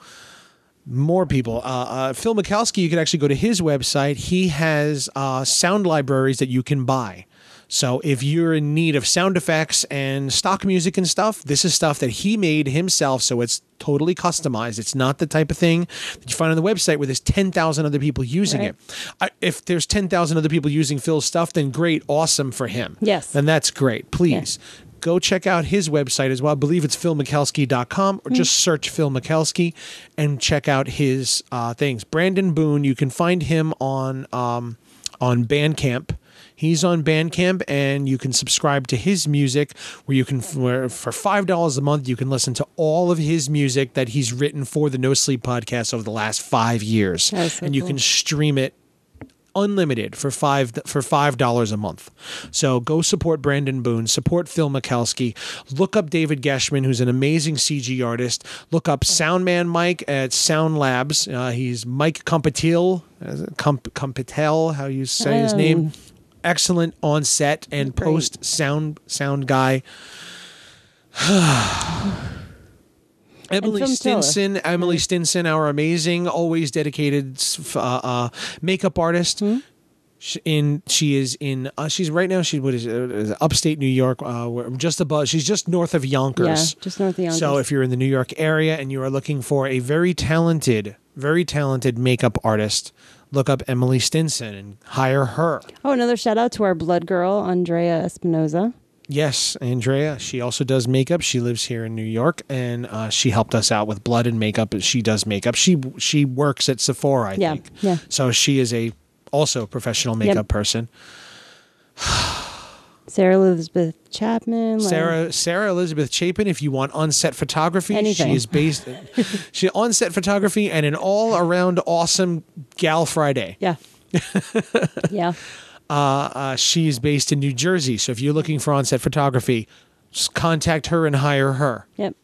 A: more people. Uh, uh, Phil Mikowski, you can actually go to his website. He has uh, sound libraries that you can buy. So if you're in need of sound effects and stock music and stuff, this is stuff that he made himself. So it's totally customized. It's not the type of thing that you find on the website where there's 10,000 other people using
B: Right.
A: it. I, if there's 10,000 other people using Phil's stuff, then great, awesome for him.
B: Yes.
A: Then that's great. Please go check out his website as well. I believe it's philmikelski.com or just search Phil Mikelski and check out his uh, things. Brandon Boone, you can find him on um, on Bandcamp. He's on Bandcamp, and you can subscribe to his music, where you can where for five dollars a month you can listen to all of his music that he's written for the No Sleep podcast over the last five years,
B: That is so
A: and you can
B: cool.
A: stream it unlimited for five for five dollars a month. So go support Brandon Boone, support Phil Mikowski, look up David Geshman, who's an amazing CG artist. Look up Soundman Mike at Sound Labs. Uh, he's Mike Competil, uh, Comp- Competel, how you say his
B: Oh.
A: name. Excellent on set and
B: Great.
A: post sound sound guy. Emily
B: film thriller.
A: Stinson, Emily Stinson, our amazing, always dedicated s- uh, uh, makeup artist.
B: Hmm?
A: She, in she is in uh, she's right now she what is, it, uh, is it upstate New York, uh, where, just above. She's just north of Yonkers.
B: Yeah, just north of Yonkers.
A: So if you're in the New York area and you are looking for a very talented, very talented makeup artist, look up Emily Stinson and hire her.
B: Oh, another shout out to our blood girl, Andrea Espinoza.
A: Yes, Andrea. She also does makeup. She lives here in New York, and uh, she helped us out with blood and makeup. She does makeup. She she works at Sephora, I
B: Yeah,
A: think.
B: yeah.
A: So she is a also a professional makeup person.
B: Sarah Elizabeth Chapman. like-
A: Sarah Sarah Elizabeth Chapin. If you want on-set photography,
B: Anything.
A: she is based. she on-set photography and an all-around awesome gal Friday.
B: Yeah. yeah.
A: Uh, uh, she is based in New Jersey. So if you're looking for on-set photography, s- contact her and hire her.
B: Yep.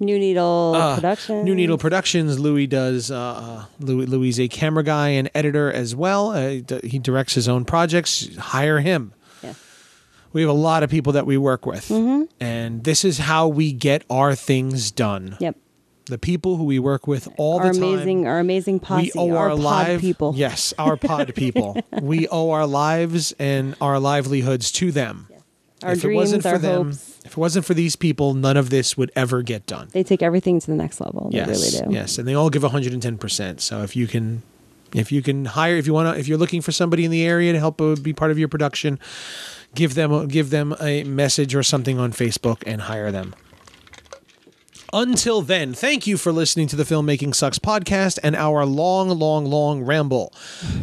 B: New Needle Production.
A: New Needle Productions. Louis does. Uh, uh, Louis, Louis is a camera guy and editor as well. Uh, he d- he directs his own projects. Hire him.
B: Yeah. Mm-hmm.
A: We have a lot of people that we work with, and this is how we get our things done.
B: Yep.
A: The people who we work with all
B: Our
A: the time.
B: amazing, our amazing posse,
A: we owe our,
B: our, pod
A: live
B: people.
A: Yes, our pod people. We owe our lives and our livelihoods to them.
B: Our
A: if
B: dreams,
A: it wasn't for
B: our
A: them,
B: hopes.
A: if it wasn't for these people, none of this would ever get done.
B: They take everything to the next level. They
A: Yes,
B: really do.
A: yes, and they all give 110. percent So if you can, if you can hire, if you want to, if you're looking for somebody in the area to help uh, be part of your production, give them a, give them a message or something on Facebook and hire them. Until then, thank you for listening to the Filmmaking Sucks podcast and our long, long, long ramble.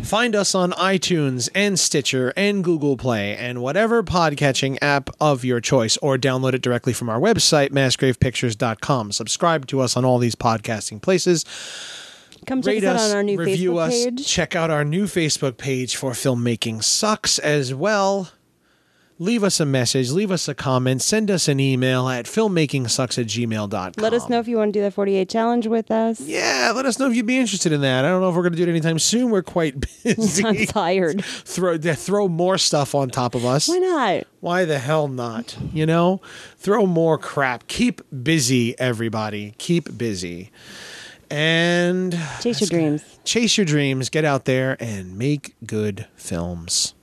A: Find us on iTunes and Stitcher and Google Play and whatever podcatching app of your choice, or download it directly from our website, massgravepictures.com. Subscribe to us on all these podcasting places.
B: Come check
A: Rate
B: us out
A: us,
B: on our new
A: review
B: Facebook
A: us,
B: page.
A: check out our new Facebook page for Filmmaking Sucks as well. Leave us a message, leave us a comment, send us an email at filmmakingsucks at gmail.com.
B: Let us know if you want to do that 48 challenge with us.
A: Yeah, let us know if you'd be interested in that. I don't know if we're going to do it anytime soon. We're quite
B: I'm
A: busy.
B: tired.
A: throw throw more stuff on top of us.
B: Why not?
A: Why the hell not? You know, throw more crap. Keep busy, everybody. Keep busy, and
B: Chase your dreams.
A: chase your dreams. Get out there and make good films.